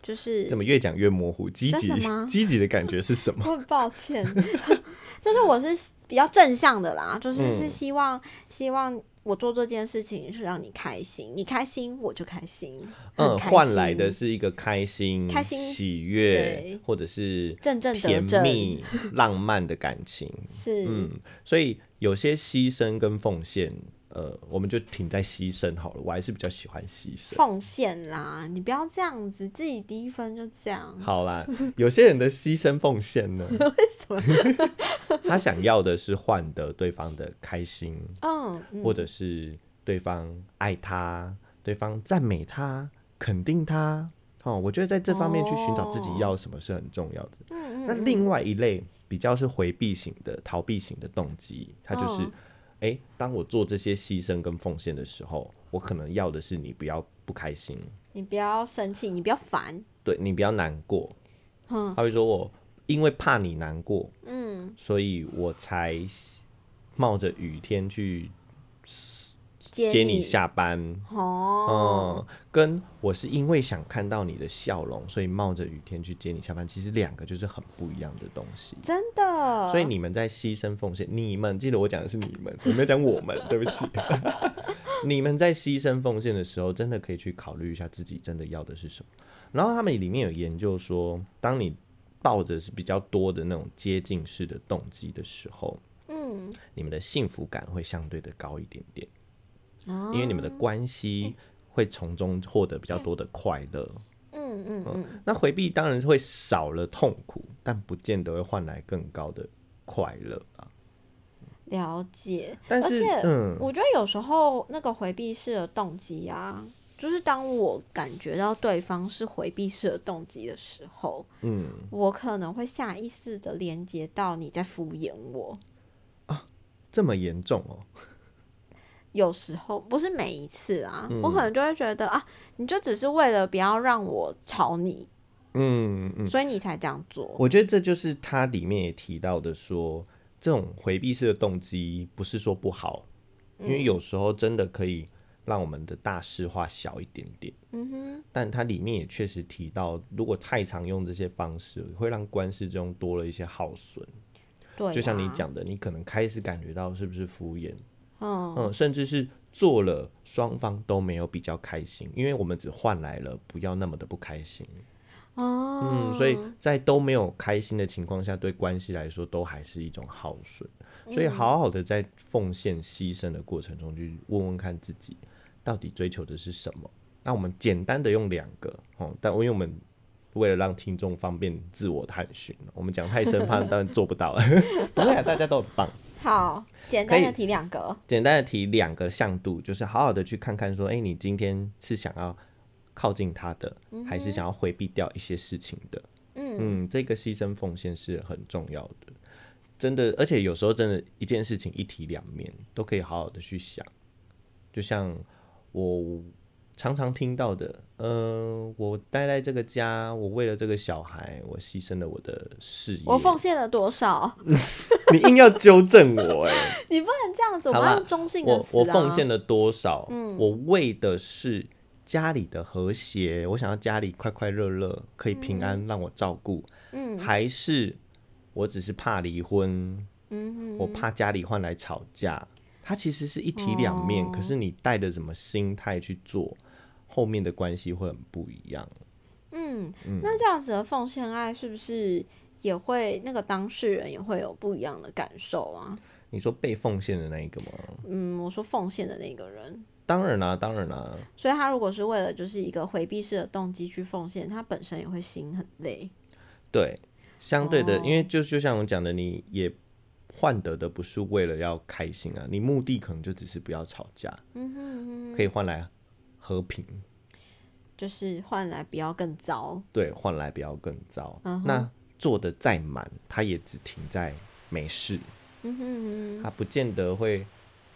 [SPEAKER 2] 就是
[SPEAKER 1] 怎么越讲越模糊？积极
[SPEAKER 2] 真的吗，
[SPEAKER 1] 积极的感觉是 什么？嗯
[SPEAKER 2] 我很抱歉，就是我是比较正向的啦，就是是
[SPEAKER 1] 嗯
[SPEAKER 2] 希望、希望我做这件事情是让你开心，你开心我就开心，
[SPEAKER 1] 嗯
[SPEAKER 2] 很，开心
[SPEAKER 1] 换来的是一个开心、
[SPEAKER 2] 开心
[SPEAKER 1] 喜
[SPEAKER 2] 对
[SPEAKER 1] 悦，或者是
[SPEAKER 2] 正正得
[SPEAKER 1] 甜
[SPEAKER 2] 正
[SPEAKER 1] 蜜、浪漫的感情。
[SPEAKER 2] 是、
[SPEAKER 1] 嗯，所以有些牺牲跟奉献，呃，我们就停在牺牲好了。我还是比较喜欢牺牲。
[SPEAKER 2] 奉献啦，你不要这样子，自己低分就这样，
[SPEAKER 1] 好啦， 有些人的牺牲奉献呢，
[SPEAKER 2] 为什么？
[SPEAKER 1] 他想要的是换得对方的开心，
[SPEAKER 2] 嗯，嗯
[SPEAKER 1] 或者是对方爱他，对方赞美他、肯定他。哦，我觉得在这方面去寻找自己要什么是很重要的。
[SPEAKER 2] 哦嗯
[SPEAKER 1] 那另外一类比较是回避型的、逃避型的动机，它就是，
[SPEAKER 2] 哦
[SPEAKER 1] 诶，当我做这些牺牲跟奉献的时候，我可能要的是你不要不开心，
[SPEAKER 2] 你不要生气，你不要烦，
[SPEAKER 1] 对你不要难过。
[SPEAKER 2] 嗯
[SPEAKER 1] 他会说我因为怕你难过，
[SPEAKER 2] 嗯，
[SPEAKER 1] 所以我才冒着雨天去
[SPEAKER 2] 接
[SPEAKER 1] 接你下班，
[SPEAKER 2] 哦，
[SPEAKER 1] 嗯，跟我是因为想看到你的笑容，所以冒着雨天去接你下班，其实两个就是很不一样的东西。
[SPEAKER 2] 真的，
[SPEAKER 1] 嗯所以你们在牺牲奉献，你们记得我讲的是你们，我没有讲我们，对不 起。你们在牺牲奉献的时候，真的可以去考虑一下自己真的要的是什么。然后他们里面有研究说，当你抱着是比较多的那种接近式的动机的时候，
[SPEAKER 2] 嗯，
[SPEAKER 1] 你们的幸福感会相对的高一点点，
[SPEAKER 2] 哦
[SPEAKER 1] 因为你们的关系会从中获得比较多的快乐。
[SPEAKER 2] 嗯嗯嗯，
[SPEAKER 1] 那回避当然是会少了痛苦，但不见得会换来更高的快乐啊。
[SPEAKER 2] 了解，
[SPEAKER 1] 但是
[SPEAKER 2] 而且，
[SPEAKER 1] 嗯，
[SPEAKER 2] 我觉得有时候那个回避式的动机啊，就是当我感觉到对方是回避式的动机的时候，
[SPEAKER 1] 嗯，
[SPEAKER 2] 我可能会下意识的连接到你在敷衍我。
[SPEAKER 1] 这么严重哦、
[SPEAKER 2] 有时候不是每一次啊，
[SPEAKER 1] 嗯
[SPEAKER 2] 我可能就会觉得啊，你就只是为了不要让我吵你，
[SPEAKER 1] 嗯嗯，
[SPEAKER 2] 所以你才这样做。
[SPEAKER 1] 我觉得这就是它里面也提到的说，这种回避式的动机不是说不好，
[SPEAKER 2] 嗯
[SPEAKER 1] 因为有时候真的可以让我们的大事化小一点点。
[SPEAKER 2] 嗯哼，
[SPEAKER 1] 但它里面也确实提到，如果太常用这些方式，会让官司中多了一些耗损。
[SPEAKER 2] 对、啊
[SPEAKER 1] 就像你，讲的，你可能开始感觉到是不是敷衍，
[SPEAKER 2] 嗯，
[SPEAKER 1] 嗯，甚至是做了双方都没有比较开心，因为我们只换来了不要那么的不开心。
[SPEAKER 2] 哦，
[SPEAKER 1] 嗯，所以在都没有开心的情况下，对关系来说都还是一种耗损。所以好好的在奉献、牺牲的过程中，去问问看自己到底追求的是什么。那我们简单的用两个哦，但因为我们为了让听众方便自我探寻，我们讲太深，怕当然做不到。 不会啊，大家都很棒。
[SPEAKER 2] 好，简单
[SPEAKER 1] 可
[SPEAKER 2] 的
[SPEAKER 1] 以
[SPEAKER 2] 提两个，
[SPEAKER 1] 简单的提两个向度，就是好好的去看看说，哎、你今天是想要靠近他的，
[SPEAKER 2] 嗯
[SPEAKER 1] 还是想要回避掉一些事情的？嗯这个牺牲奉献是很重要的，真的，而且有时候真的，一件事情一体两面，都可以好好的去想。就像我常常听到的，嗯、我待在这个家，我为了这个小孩，我牺牲了我的事业。
[SPEAKER 2] 我奉献了多少？
[SPEAKER 1] 你硬要纠正我、哎。
[SPEAKER 2] 你不能这样子，我
[SPEAKER 1] 好
[SPEAKER 2] 们
[SPEAKER 1] 啦
[SPEAKER 2] 要中性的
[SPEAKER 1] 我
[SPEAKER 2] 词啊。嗯
[SPEAKER 1] 我奉献了多少？我为的是家里的和谐，我想要家里快快乐乐，可以平安让我照顾。
[SPEAKER 2] 嗯
[SPEAKER 1] 还是我只是怕离婚，
[SPEAKER 2] 嗯
[SPEAKER 1] 我怕家里换来吵架。它其实是一体两
[SPEAKER 2] 哦
[SPEAKER 1] 面，可是你带着什么心态去做，后面的关系会很不一样。
[SPEAKER 2] 嗯，那这样子的奉献爱是不是也会那个当事人也会有不一样的感受啊？
[SPEAKER 1] 你说被奉献的那一个吗？
[SPEAKER 2] 嗯，我说奉献的那个人，
[SPEAKER 1] 当然啦、啊当然啦、
[SPEAKER 2] 所以他如果是为了就是一个回避式的动机去奉献，他本身也会心很累。
[SPEAKER 1] 对，相对的，
[SPEAKER 2] 哦
[SPEAKER 1] 因为就就像我讲的，你也换得的不是为了要开心啊，你目的可能就只是不要吵架，
[SPEAKER 2] 嗯哼嗯哼，
[SPEAKER 1] 可以换来和平，
[SPEAKER 2] 就是换来不要更糟。
[SPEAKER 1] 对，换来不要更糟。
[SPEAKER 2] 嗯哼
[SPEAKER 1] 那做的再满，它也只停在没事，
[SPEAKER 2] 嗯哼嗯哼
[SPEAKER 1] 它不见得会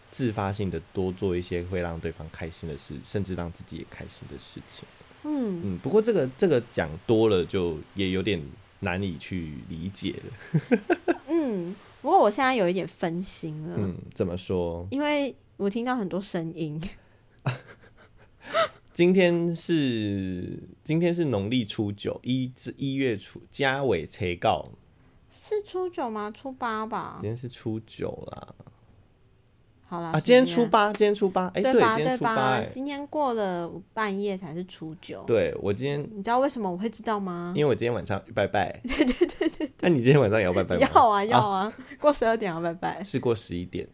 [SPEAKER 1] 自发性的多做一些会让对方开心的事，甚至让自己也开心的事情。
[SPEAKER 2] 嗯，
[SPEAKER 1] 嗯，不过这个这个讲多了就也有点难以去理解了。
[SPEAKER 2] 嗯，不过我现在有一点分心了，
[SPEAKER 1] 嗯，怎么说？
[SPEAKER 2] 因为我听到很多声音。
[SPEAKER 1] 今天是今天是农历初九，一至一月初，家尾催告，
[SPEAKER 2] 是初九吗？初八吧
[SPEAKER 1] 今。天是初九啦。
[SPEAKER 2] 好啦，
[SPEAKER 1] 啊，
[SPEAKER 2] 随
[SPEAKER 1] 今天
[SPEAKER 2] 便
[SPEAKER 1] 初啊八，今天初八，哎、
[SPEAKER 2] 对
[SPEAKER 1] 对，
[SPEAKER 2] 吧？
[SPEAKER 1] 今天初八、
[SPEAKER 2] 吧？
[SPEAKER 1] 哎，
[SPEAKER 2] 今天过了半夜才是初九，
[SPEAKER 1] 对我今天，
[SPEAKER 2] 你知道为什么我会知道吗？
[SPEAKER 1] 因为我今天晚上拜拜，嗯 对对对对，那你今天晚上也要拜拜吗？
[SPEAKER 2] 要啊要啊， 过十二点啊，拜拜。
[SPEAKER 1] 是过十一点，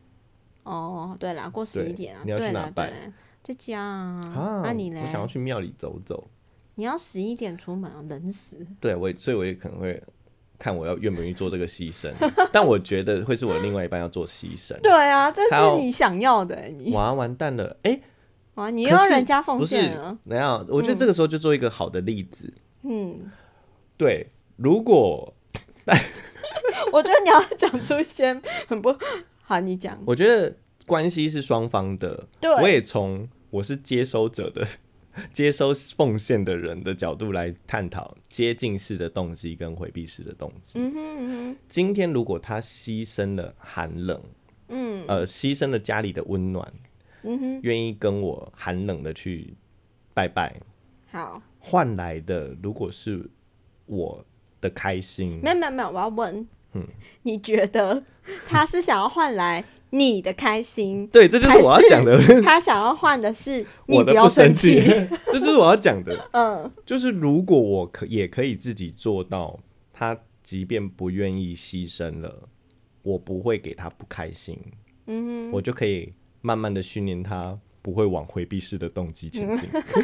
[SPEAKER 2] 哦，对啦，过十一点啊，
[SPEAKER 1] 你要去
[SPEAKER 2] 对
[SPEAKER 1] 哪
[SPEAKER 2] 啦
[SPEAKER 1] 拜
[SPEAKER 2] 对啦，在家啊
[SPEAKER 1] 啊。
[SPEAKER 2] 那你嘞
[SPEAKER 1] 我？想要去庙里走走，
[SPEAKER 2] 你要十一点出门啊，冷死。
[SPEAKER 1] 对我也，所以我也可能会看我要愿不愿意做这个牺牲， 但我觉得会是我另外一半要做牺 牲。
[SPEAKER 2] 对啊，这
[SPEAKER 1] 还有
[SPEAKER 2] 是你想要的欸，你
[SPEAKER 1] 哇，完蛋了，哎、
[SPEAKER 2] 啊，你
[SPEAKER 1] 可
[SPEAKER 2] 又要
[SPEAKER 1] 是
[SPEAKER 2] 人家
[SPEAKER 1] 不
[SPEAKER 2] 奉
[SPEAKER 1] 是
[SPEAKER 2] 献啊了，，
[SPEAKER 1] 没有，我觉得这个时候就做一个好的例子。
[SPEAKER 2] 嗯，
[SPEAKER 1] 对，如果
[SPEAKER 2] 我觉得你要 讲出一些很不好，你讲，
[SPEAKER 1] 我觉得关系是双方的，
[SPEAKER 2] 对
[SPEAKER 1] 我也从我是接收者的、 接收奉献的人的角度来探讨接近式的动机跟回避式的动机。
[SPEAKER 2] 嗯哼嗯
[SPEAKER 1] 今天如果他牺牲了寒冷，
[SPEAKER 2] 哼嗯
[SPEAKER 1] 呃，牺牲了家里的温暖，
[SPEAKER 2] 嗯哼，
[SPEAKER 1] 愿意跟我寒冷的去拜拜，
[SPEAKER 2] 好，
[SPEAKER 1] 换来的如果是我的开心，，
[SPEAKER 2] 没有没有没有，我要问，你觉得他是想要换来你的开心
[SPEAKER 1] 对，这就是我要讲的
[SPEAKER 2] 还。是他想要换的是你
[SPEAKER 1] 我的
[SPEAKER 2] 要
[SPEAKER 1] 生
[SPEAKER 2] 气，，
[SPEAKER 1] 这就是我要讲的。
[SPEAKER 2] 嗯
[SPEAKER 1] 就是如果我可也可以自己做到，他即便不愿意牺牲了，我不会给他不开心，
[SPEAKER 2] 嗯
[SPEAKER 1] 我就可以慢慢的训练他不会往回避式的动机前进，
[SPEAKER 2] 嗯哼，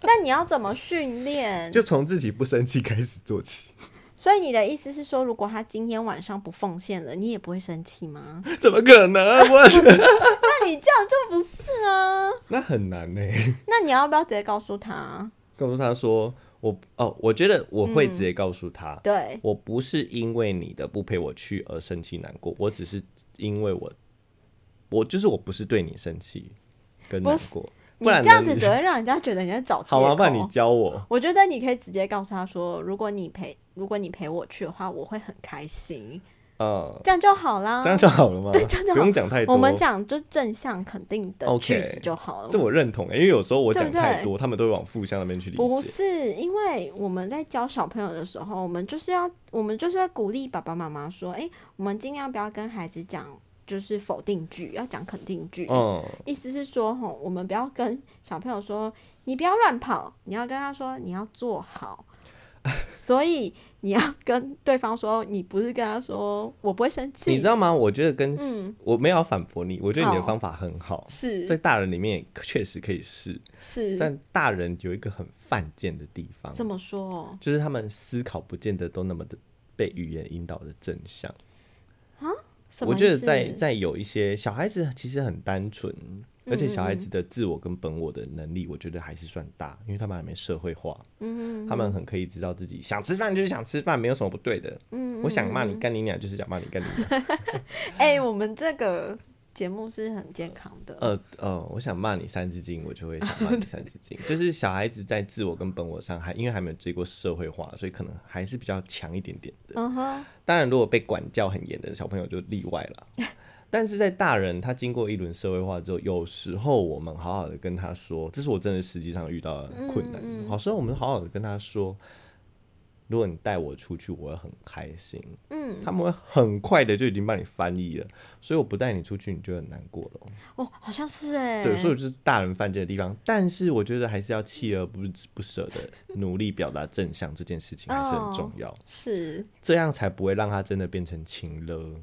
[SPEAKER 2] 但你要怎么训 练？
[SPEAKER 1] 就从自己不生气开始做起。
[SPEAKER 2] 所以你的意思是说，如果他今天晚上不奉献了，你也不会生气吗？
[SPEAKER 1] 怎么可能？我
[SPEAKER 2] 那你这样就不是啊。
[SPEAKER 1] 那很难呢、
[SPEAKER 2] 那你要不要直接告诉他？
[SPEAKER 1] 告诉他说，我哦，我觉得我会直接告诉他。
[SPEAKER 2] 对，
[SPEAKER 1] 我不是因为你的不陪我去而生气难过，我只是因为我，我就是我不是对你生气跟难过，
[SPEAKER 2] 你
[SPEAKER 1] 不然
[SPEAKER 2] 这样
[SPEAKER 1] 呢
[SPEAKER 2] 子只会让人家觉得你在找借 口。
[SPEAKER 1] 好麻烦你教我。
[SPEAKER 2] 我觉得你可以直接告诉他说，如果你陪，如果你陪我去的话，我会很开心，
[SPEAKER 1] 呃，
[SPEAKER 2] 这样就好啦
[SPEAKER 1] 这。样就好了吗？
[SPEAKER 2] 啊 对这样就好
[SPEAKER 1] 不用讲太多。
[SPEAKER 2] 我们讲就正向肯定的
[SPEAKER 1] OK
[SPEAKER 2] 句子就好了。
[SPEAKER 1] 这我认同、欸因为有时候我讲
[SPEAKER 2] 对不对
[SPEAKER 1] 太多，他们都会往负向那边去理
[SPEAKER 2] 不
[SPEAKER 1] 解。
[SPEAKER 2] 是，因为我们在教小朋友的时候，我们就是要，我们就是要鼓励爸爸妈妈说，诶，哎我们尽量不要跟孩子讲就是否定句，要讲肯定句。
[SPEAKER 1] 嗯，
[SPEAKER 2] 意思是说，吼，我们不要跟小朋友说你不要乱跑，你要跟他说你要 做好。所以你要跟对方说，你不是跟他说我不会生
[SPEAKER 1] 你
[SPEAKER 2] 气
[SPEAKER 1] 知，道吗？我觉得跟、
[SPEAKER 2] 嗯
[SPEAKER 1] 我没有要反驳你，我觉得你的
[SPEAKER 2] 好
[SPEAKER 1] 方法很好，在
[SPEAKER 2] 是
[SPEAKER 1] 大人里面也确实可以试，
[SPEAKER 2] 是，
[SPEAKER 1] 但大人有一个很犯贱的地方，
[SPEAKER 2] 这么说
[SPEAKER 1] 就是他们思考不见得都那么的被语言引导的正向。
[SPEAKER 2] 什么
[SPEAKER 1] 我觉得
[SPEAKER 2] 意思
[SPEAKER 1] 在在有一些小孩子其实很单纯，
[SPEAKER 2] 嗯
[SPEAKER 1] 而且小孩子的自我跟本我的能力，我觉得还是算大，因为他们还没社会化，
[SPEAKER 2] 嗯
[SPEAKER 1] 他们很可以知道自己想吃饭就是想吃饭，没有什么不对的。
[SPEAKER 2] 嗯，
[SPEAKER 1] 我想骂你干你娘就是想骂你干你 娘。
[SPEAKER 2] 哎、我们这个节目是很健康的，
[SPEAKER 1] 呃呃，我想骂你三字经，我就会想骂你三字 经。就是小孩子在自我跟本我上还因为还没有追过社会化，所以可能还是比较强一点点的。
[SPEAKER 2] 嗯哼，
[SPEAKER 1] 当然，如果被管教很严的小朋友就例外了。 但是在大人，他经过一轮社会化之后，有时候我们好好的跟他说，这是我真的实际上遇到的困难。好时候我们好好的跟他说，如果你带我出去，我会很开心。
[SPEAKER 2] 嗯，
[SPEAKER 1] 他们会很快的就已经帮你翻译了，所以我不带你出去，你就很难过了哦。
[SPEAKER 2] 哦，好像是哎、
[SPEAKER 1] 对，所以就是大人犯贱的地方。但是我觉得还是要锲而不不舍的努力表达正向这件事情还是很重要，
[SPEAKER 2] 是，
[SPEAKER 1] 这样才不会让他真的变成情了。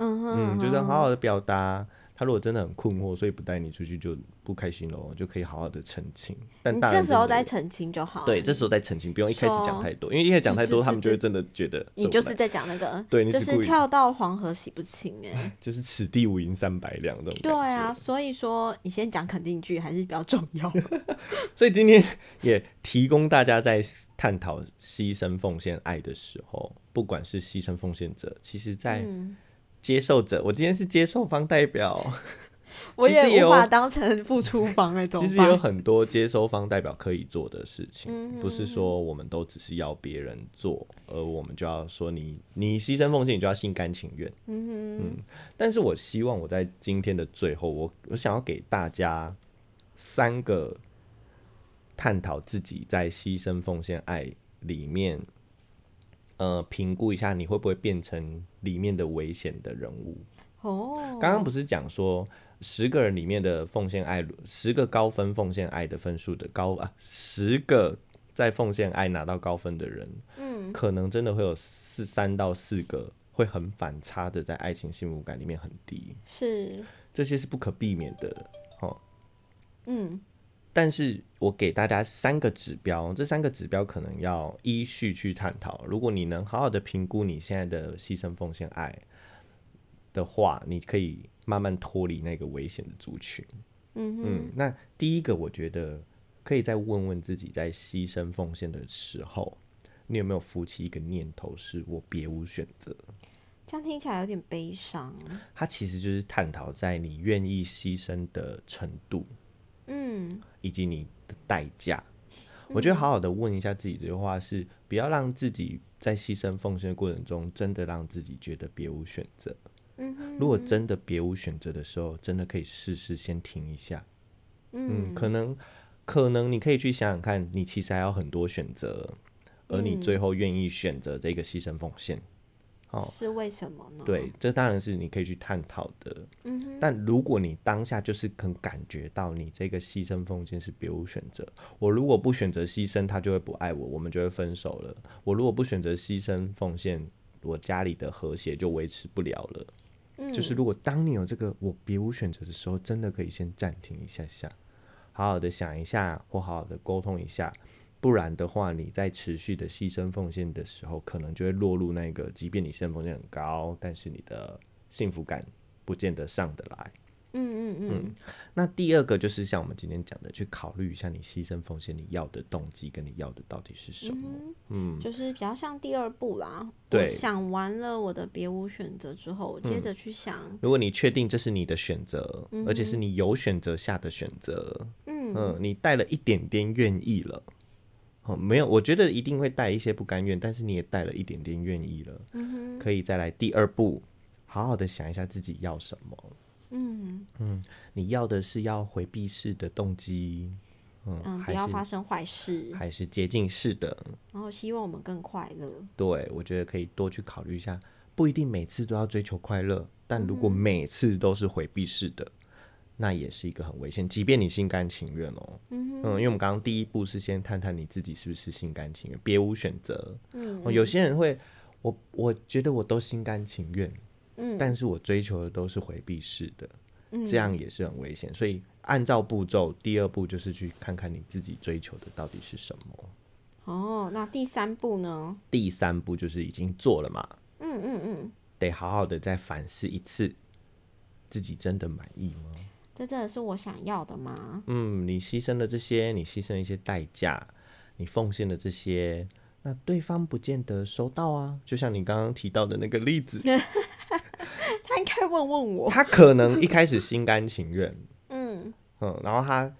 [SPEAKER 2] 嗯哼，
[SPEAKER 1] 嗯，就是好好的表达。他如果真的很困惑，所以不带你出去就不开心喽，就可以好好的澄清。但
[SPEAKER 2] 你
[SPEAKER 1] 大人
[SPEAKER 2] 这时候
[SPEAKER 1] 真的
[SPEAKER 2] 再澄清就好、
[SPEAKER 1] 对，，这时候再澄清，不用一开始讲
[SPEAKER 2] 说
[SPEAKER 1] 太多，因为一开始讲太
[SPEAKER 2] 对
[SPEAKER 1] 多，
[SPEAKER 2] 对
[SPEAKER 1] 他们就会
[SPEAKER 2] 对
[SPEAKER 1] 真的觉得
[SPEAKER 2] 你
[SPEAKER 1] 我
[SPEAKER 2] 就是
[SPEAKER 1] 来
[SPEAKER 2] 在讲那个，
[SPEAKER 1] 对你
[SPEAKER 2] 就是
[SPEAKER 1] 故
[SPEAKER 2] 是
[SPEAKER 1] 意
[SPEAKER 2] 跳到黄河洗不清哎、
[SPEAKER 1] 就是此地无银三百两这种
[SPEAKER 2] 对啊，
[SPEAKER 1] 感觉。
[SPEAKER 2] 所以说你先讲肯定句还是比较重 要。
[SPEAKER 1] 所以今天也提供大家在探讨牺牲奉献爱的时候，不管是牺牲奉献者，其实在
[SPEAKER 2] 嗯，
[SPEAKER 1] 接受者，我今天是接受方代表，
[SPEAKER 2] 我
[SPEAKER 1] 其实也
[SPEAKER 2] 也无
[SPEAKER 1] 有
[SPEAKER 2] 法当成付出 方哎、怎
[SPEAKER 1] 其
[SPEAKER 2] 么
[SPEAKER 1] 实也有
[SPEAKER 2] 办？
[SPEAKER 1] 很多接收方代表可以做的事
[SPEAKER 2] 嗯
[SPEAKER 1] 情，
[SPEAKER 2] 哼
[SPEAKER 1] 不是说我们都只是要别人做，而我们就要说你你牺牲奉献，你就要心甘情愿。
[SPEAKER 2] 嗯
[SPEAKER 1] 但是我希望我在今天的最后，我我想要给大家三个探讨自己在牺牲、奉献、爱里面，呃，评估一下你会不会变成里面的危险的人物。
[SPEAKER 2] 哼，哦，
[SPEAKER 1] 刚刚不是讲说十个人里面的奉献爱，十个高分奉献爱的分数的高啊，十个在奉献爱拿到高分的人，
[SPEAKER 2] 嗯，
[SPEAKER 1] 可能真的会有四三到四个会很反差的，在爱情幸福感里面很低，
[SPEAKER 2] 是，
[SPEAKER 1] 这些是不可避免的。哦，
[SPEAKER 2] 嗯
[SPEAKER 1] 但是我给大家三个指标，这三个指标可能要依序去探讨。如果你能好好的评估你现在的牺牲奉献爱的话，你可以慢慢脱离那个危险的族群。
[SPEAKER 2] 嗯哼，
[SPEAKER 1] 嗯，那第一个我觉得可以再问问自己，在牺牲奉献的时候，你有没有浮起一个念头，是我别无选择？
[SPEAKER 2] 这样听起来有点悲伤。
[SPEAKER 1] 它其实就是探讨在你愿意牺牲的程度
[SPEAKER 2] 嗯，
[SPEAKER 1] 以及你的代价。我觉得好好的问一下自己的话是，不要让自己在牺牲奉献的过程中，真的让自己觉得别无选择。
[SPEAKER 2] 嗯哼，
[SPEAKER 1] 如果真的别无选择的时候，真的可以试试先停一下。嗯，可能可能你可以去想想看，你其实还有很多选择，而
[SPEAKER 2] 嗯
[SPEAKER 1] 你最后愿意选择这个牺牲奉献，哦
[SPEAKER 2] 是为什么呢？，
[SPEAKER 1] 对，这当然是你可以去探讨的。
[SPEAKER 2] 嗯
[SPEAKER 1] 但如果你当下就是很感觉到你这个牺牲奉献是别无选择，我如果不选择牺牲，他就会不爱我，我们就会分手了；我如果不选择牺牲奉献，我家里的和谐就维持不了了。
[SPEAKER 2] 嗯
[SPEAKER 1] 就是如果当你有这个我别无选择的时候，真的可以先暂停一下下，好好的想一下，或好好的沟通一下，不然的话，你在持续的牺牲奉献的时候，可能就会落入那个，即便你牺牲奉献很高，但是你的幸福感不见得上得来。
[SPEAKER 2] 嗯嗯嗯，
[SPEAKER 1] 那第二个就是像我们今天讲的，去考虑一下你牺牲奉献你要的动机跟你要的到底是什么。嗯
[SPEAKER 2] 就是比较像第二步啦。
[SPEAKER 1] 对嗯
[SPEAKER 2] 我想完了我的别无选择之后，我接着去想，
[SPEAKER 1] 如果你确定这是你的选择，而且是你有选择下的选择，
[SPEAKER 2] 嗯
[SPEAKER 1] 嗯，你带了一点点愿意了，哦，没有，我觉得一定会带一些不甘愿，但是你也带了一点点愿意了，
[SPEAKER 2] 嗯
[SPEAKER 1] 可以再来第二步，好好的想一下自己要什么。
[SPEAKER 2] 嗯
[SPEAKER 1] 你要的是要回避式的动机，嗯，
[SPEAKER 2] 嗯，不
[SPEAKER 1] 还
[SPEAKER 2] 要
[SPEAKER 1] 是嗯
[SPEAKER 2] 发生坏事，
[SPEAKER 1] 还是接近式的？
[SPEAKER 2] 然后希望我们更快乐。
[SPEAKER 1] 对，我觉得可以多去考虑一下，不一定每次都要追求快乐，但如果每次都是回避式的，那也是一个很危险。即便你心甘情愿哦，嗯因为我们刚刚第一步是先探探你自己是不是心甘情愿，别无选择。嗯、哦，有些人会，我我觉得我都心甘情愿，
[SPEAKER 2] 嗯，
[SPEAKER 1] 但是我追求的都是回避式的，这样也是很危险。所以按照步骤，第二步就是去看看你自己追求的到底是什么。
[SPEAKER 2] 哦，那第三步呢？
[SPEAKER 1] 第三步就是已经做了嘛，
[SPEAKER 2] 嗯嗯嗯，
[SPEAKER 1] 得好好的再反思一次，自己真的满意吗？
[SPEAKER 2] 这真的是我想要的吗？
[SPEAKER 1] 嗯，你牺牲了这些，你牺牲了一些代价，你奉献了这些，那对方不见得收到啊。就像你刚刚提到的那个例子，
[SPEAKER 2] 他应该问问我。
[SPEAKER 1] 他可能一开始心甘情愿，
[SPEAKER 2] 嗯
[SPEAKER 1] 嗯，然后他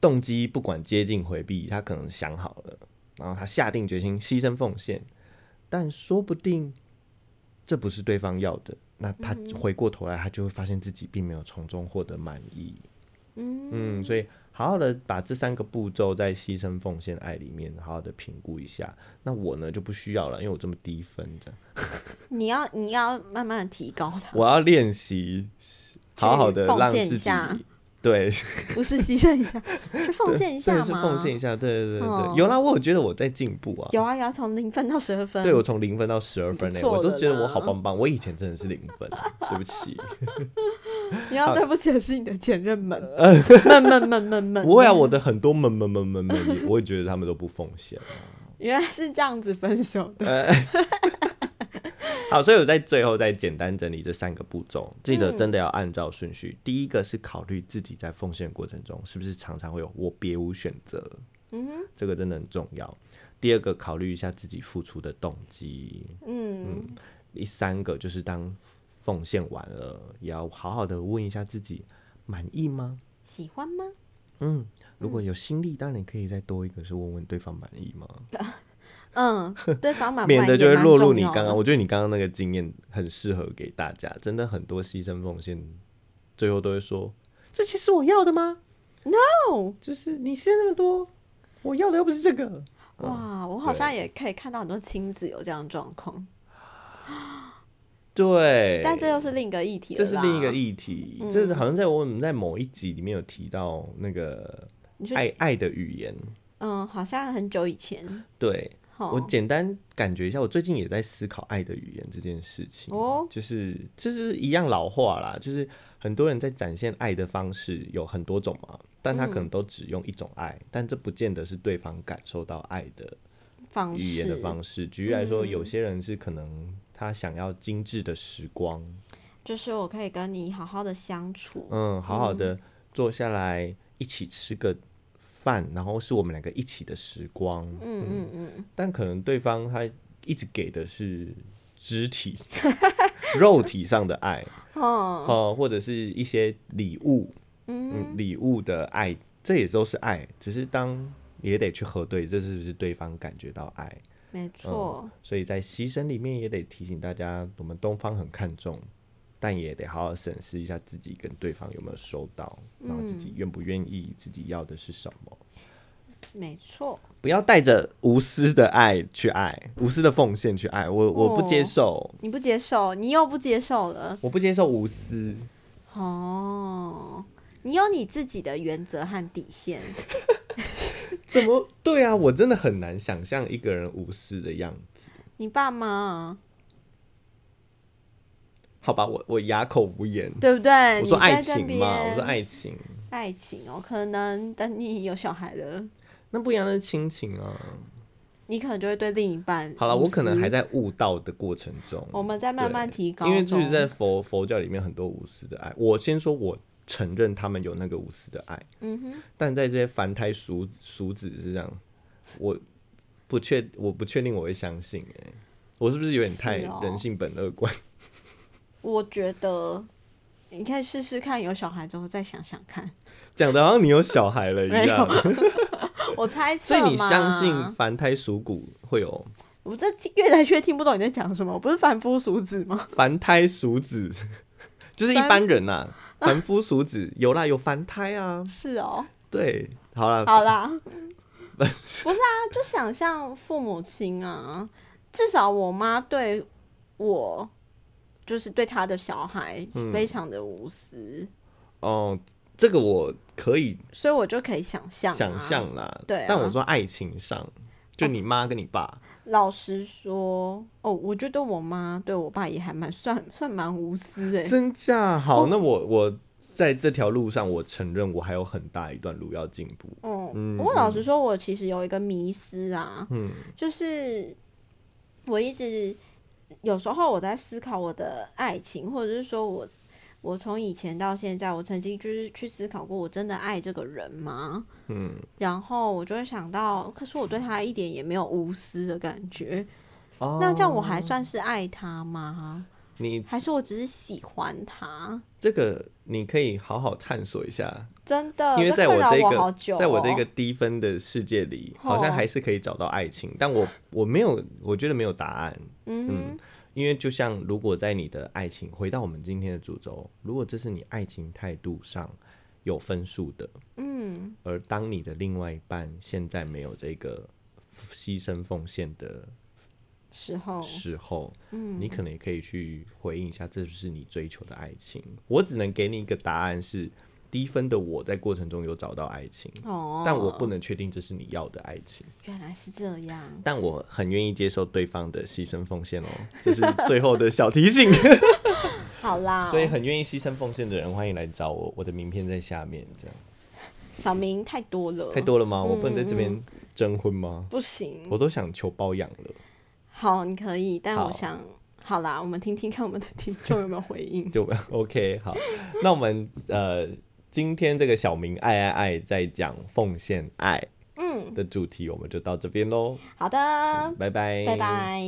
[SPEAKER 1] 动机不管接近回避，他可能想好了，然后他下定决心牺牲奉献，但说不定这不是对方要的，那他回过头来，他就会发现自己并没有从中获得满意。嗯，所以好好的把这三个步骤在牺牲、奉献、爱里面好好的评估一下。那我呢就不需要了，因为我这么低分这样，
[SPEAKER 2] 你要你要慢慢的提高它，
[SPEAKER 1] 我要练习好好的
[SPEAKER 2] 奉
[SPEAKER 1] 让
[SPEAKER 2] 献一
[SPEAKER 1] 自己
[SPEAKER 2] 下
[SPEAKER 1] 对
[SPEAKER 2] 不是牺 牲一下，是奉献一下
[SPEAKER 1] 对，
[SPEAKER 2] 嘛。
[SPEAKER 1] 是奉献一下，对对对对，
[SPEAKER 2] 哦
[SPEAKER 1] 有啦，我有觉得我在进步啊。
[SPEAKER 2] 有啊有啊，从零分到十二分。
[SPEAKER 1] 对我从零分到十二分呢、
[SPEAKER 2] 错
[SPEAKER 1] 我都
[SPEAKER 2] 了
[SPEAKER 1] 觉得我好
[SPEAKER 2] 啦
[SPEAKER 1] 棒棒。我以前真的是零分，对不起。
[SPEAKER 2] 你
[SPEAKER 1] 啊
[SPEAKER 2] 要对不起的是你的前任们， 们们们们们。
[SPEAKER 1] 不会啊，呃我的很多闷闷闷闷闷，也我也觉得他们都不奉献。
[SPEAKER 2] 原来是这样子分手的。
[SPEAKER 1] 好，所以我在最后再简单整理这三个步骤，记得真的要按照顺序。第一个是考虑自己在奉献过程中是不是常常会有我别无选择，嗯这个真的很重要。第二个考虑一下自己付出的动机，
[SPEAKER 2] 嗯，
[SPEAKER 1] 第三个就是当奉献完了，也要好好的问一下自己满意吗？
[SPEAKER 2] 喜欢吗？
[SPEAKER 1] 嗯，如果有心力，当然你可以再多一个是问问对方满意吗？
[SPEAKER 2] 嗯，对方满不
[SPEAKER 1] 免
[SPEAKER 2] 满
[SPEAKER 1] 得
[SPEAKER 2] 意
[SPEAKER 1] 就会
[SPEAKER 2] 也蛮
[SPEAKER 1] 落入
[SPEAKER 2] 重
[SPEAKER 1] 你
[SPEAKER 2] 要
[SPEAKER 1] 刚刚，
[SPEAKER 2] 的。
[SPEAKER 1] 我觉得你刚刚那个经验很适合给大家，真的很多牺牲奉献，最后都会说这些是我要的吗？No，就是你献那么多，我要的又不是这个。嗯
[SPEAKER 2] 哇，我好像也可以看到很多亲子有这样的状况，
[SPEAKER 1] 对，
[SPEAKER 2] 但这又是另一个议题了
[SPEAKER 1] 这
[SPEAKER 2] 啦。嗯
[SPEAKER 1] 是另一个议题，这是好像在我们在某一集里面有提到那个
[SPEAKER 2] 你说
[SPEAKER 1] 爱爱的语言。
[SPEAKER 2] 嗯，好像很久以前。
[SPEAKER 1] 对，我
[SPEAKER 2] 哦，
[SPEAKER 1] 简单感觉一下，我最近也在思考爱的语言这件事情。
[SPEAKER 2] 哦
[SPEAKER 1] 就是就是一样老话啦，就是很多人在展现爱的方式有很多种嘛，但他可
[SPEAKER 2] 嗯
[SPEAKER 1] 能都只用一种爱，但这不见得是对方感受到爱的
[SPEAKER 2] 方
[SPEAKER 1] 语言的
[SPEAKER 2] 式
[SPEAKER 1] 方式。举例来说，有些人是可能他想要精致的时光，
[SPEAKER 2] 就是我可以跟你好好的相处。
[SPEAKER 1] 嗯，好好的坐下来一起吃个饭，然后是我们两个一起的时光，
[SPEAKER 2] 嗯嗯嗯，
[SPEAKER 1] 但可能对方他一直给的是肢体、 肉体上的爱，
[SPEAKER 2] 哦，
[SPEAKER 1] 哦、或者是一些礼物，嗯，礼物的爱，这也都是爱，只是当也得去核对，这是不是对方感觉到爱。
[SPEAKER 2] 没错。
[SPEAKER 1] 所以在牺牲里面也得提醒大家，我们东方很看重，但也得好好审视一下自己跟对方有没有收到，然后自己愿不愿意，自己要的是什么。
[SPEAKER 2] 没错，
[SPEAKER 1] 不要带着无私的爱去爱，无私的奉献去爱，我我不接
[SPEAKER 2] 哦
[SPEAKER 1] 受，
[SPEAKER 2] 你不接受，你又不接受了，
[SPEAKER 1] 我不接受无私。
[SPEAKER 2] 哦，你有你自己的原则和底线，
[SPEAKER 1] 怎么？对啊，我真的很难想象一个人无私的样子。
[SPEAKER 2] 你爸妈啊
[SPEAKER 1] 好吧，我我哑口无言。
[SPEAKER 2] 对不对？
[SPEAKER 1] 我说
[SPEAKER 2] 你在
[SPEAKER 1] 爱
[SPEAKER 2] 这
[SPEAKER 1] 情嘛，我说
[SPEAKER 2] 边
[SPEAKER 1] 爱情，
[SPEAKER 2] 爱情哦，可能等你有小孩了，
[SPEAKER 1] 那不一样的亲情啊。
[SPEAKER 2] 你可能就会对另一半
[SPEAKER 1] 好了，我可能还
[SPEAKER 2] 在，
[SPEAKER 1] 在悟道的过程中。
[SPEAKER 2] 我们在慢慢
[SPEAKER 1] 对
[SPEAKER 2] 提高
[SPEAKER 1] 因
[SPEAKER 2] 中，
[SPEAKER 1] 为就是在佛佛教里面很多无私的爱。我先说，我承认他们有那个无私的爱，
[SPEAKER 2] 嗯哼，
[SPEAKER 1] 但在这些凡胎俗俗子是这样，我不确我不确定我会相信、欸，我是不是有点太
[SPEAKER 2] 是哦
[SPEAKER 1] 人性本乐观？
[SPEAKER 2] 我觉得你可以试试看，有小孩之后再想想看，
[SPEAKER 1] 讲的好像你有小孩了一样，
[SPEAKER 2] 我猜测
[SPEAKER 1] 所以你
[SPEAKER 2] 嘛
[SPEAKER 1] 相信凡胎俗骨会有
[SPEAKER 2] 我这越来越听不懂你在讲什么，我不是凡夫俗子 吗？
[SPEAKER 1] 凡胎俗子， 就是一般人呐、啊凡夫俗子有啦，有凡胎啊，
[SPEAKER 2] 是哦，
[SPEAKER 1] 对，好啦，
[SPEAKER 2] 好啦，不是啊，就想象父母亲啊，至少我妈对我，就是对她的小孩
[SPEAKER 1] 嗯
[SPEAKER 2] 非常的无私，
[SPEAKER 1] 哦、这个我可以
[SPEAKER 2] 所以我就可以想象、
[SPEAKER 1] 想。象啦，
[SPEAKER 2] 啊对啊哎
[SPEAKER 1] 但我说爱情上，就你妈跟你爸，
[SPEAKER 2] 老实说，哦，我觉得我妈对我爸也还蛮算算蛮无私哎、
[SPEAKER 1] 真假好，那我我在这条路上，我承认我还有很大一段路要进步。
[SPEAKER 2] 哦，
[SPEAKER 1] 嗯
[SPEAKER 2] 不过老实说，我其实有一个迷思啊，
[SPEAKER 1] 嗯
[SPEAKER 2] 就是我一直有时候我在思考我的爱情，或者是说我我从以前到现在，我曾经就是去思考过，我真的爱这个人吗？
[SPEAKER 1] 嗯，
[SPEAKER 2] 然后我就会想到，可是我对他一点也没有无私的感觉，
[SPEAKER 1] 哦
[SPEAKER 2] 那这样我还算是爱他吗？
[SPEAKER 1] 你
[SPEAKER 2] 还是我只是喜欢他？
[SPEAKER 1] 这个你可以好好探索一下，
[SPEAKER 2] 真的，
[SPEAKER 1] 因为在
[SPEAKER 2] 呃困扰
[SPEAKER 1] 这
[SPEAKER 2] 我
[SPEAKER 1] 个
[SPEAKER 2] 好久哦、
[SPEAKER 1] 在我这个低分的世界里，好像
[SPEAKER 2] 哦
[SPEAKER 1] 还是可以找到爱情，但我我没有，我觉得没有答案。
[SPEAKER 2] 嗯哼
[SPEAKER 1] 因为就像如果在你的爱情，回到我们今天的主轴，如果这是你爱情态度上有分数的，
[SPEAKER 2] 嗯，
[SPEAKER 1] 而当你的另外一半现在没有这个牺牲奉献的
[SPEAKER 2] 时候，
[SPEAKER 1] 时候，嗯，你可能也可以去回应一下，这是你追求的爱情。我只能给你一个答案是，低分的我在过程中有找到爱情，
[SPEAKER 2] 哦，
[SPEAKER 1] 但我不能确定这是你要的爱情，
[SPEAKER 2] 原来是这样，
[SPEAKER 1] 但我很愿意接受对方的牺牲奉献哦，这是最后的小提醒。
[SPEAKER 2] 好啦，
[SPEAKER 1] 所以很愿意牺牲奉献的人，欢迎来找我，我的名片在下面，这样
[SPEAKER 2] 小明太多了，
[SPEAKER 1] 太多了吗？我不能在这边征婚吗？
[SPEAKER 2] 不行。
[SPEAKER 1] 我都想求包养了，
[SPEAKER 2] 好，你可以，但
[SPEAKER 1] 好。
[SPEAKER 2] 我想，好啦，我们听听看我们的听众有没有回应
[SPEAKER 1] 就 OK 好。那我们呃，今天这个小明爱爱爱在讲奉献爱
[SPEAKER 2] 嗯，
[SPEAKER 1] 的主题，我们就到这边喽，
[SPEAKER 2] 好的，
[SPEAKER 1] 拜拜，
[SPEAKER 2] 拜拜。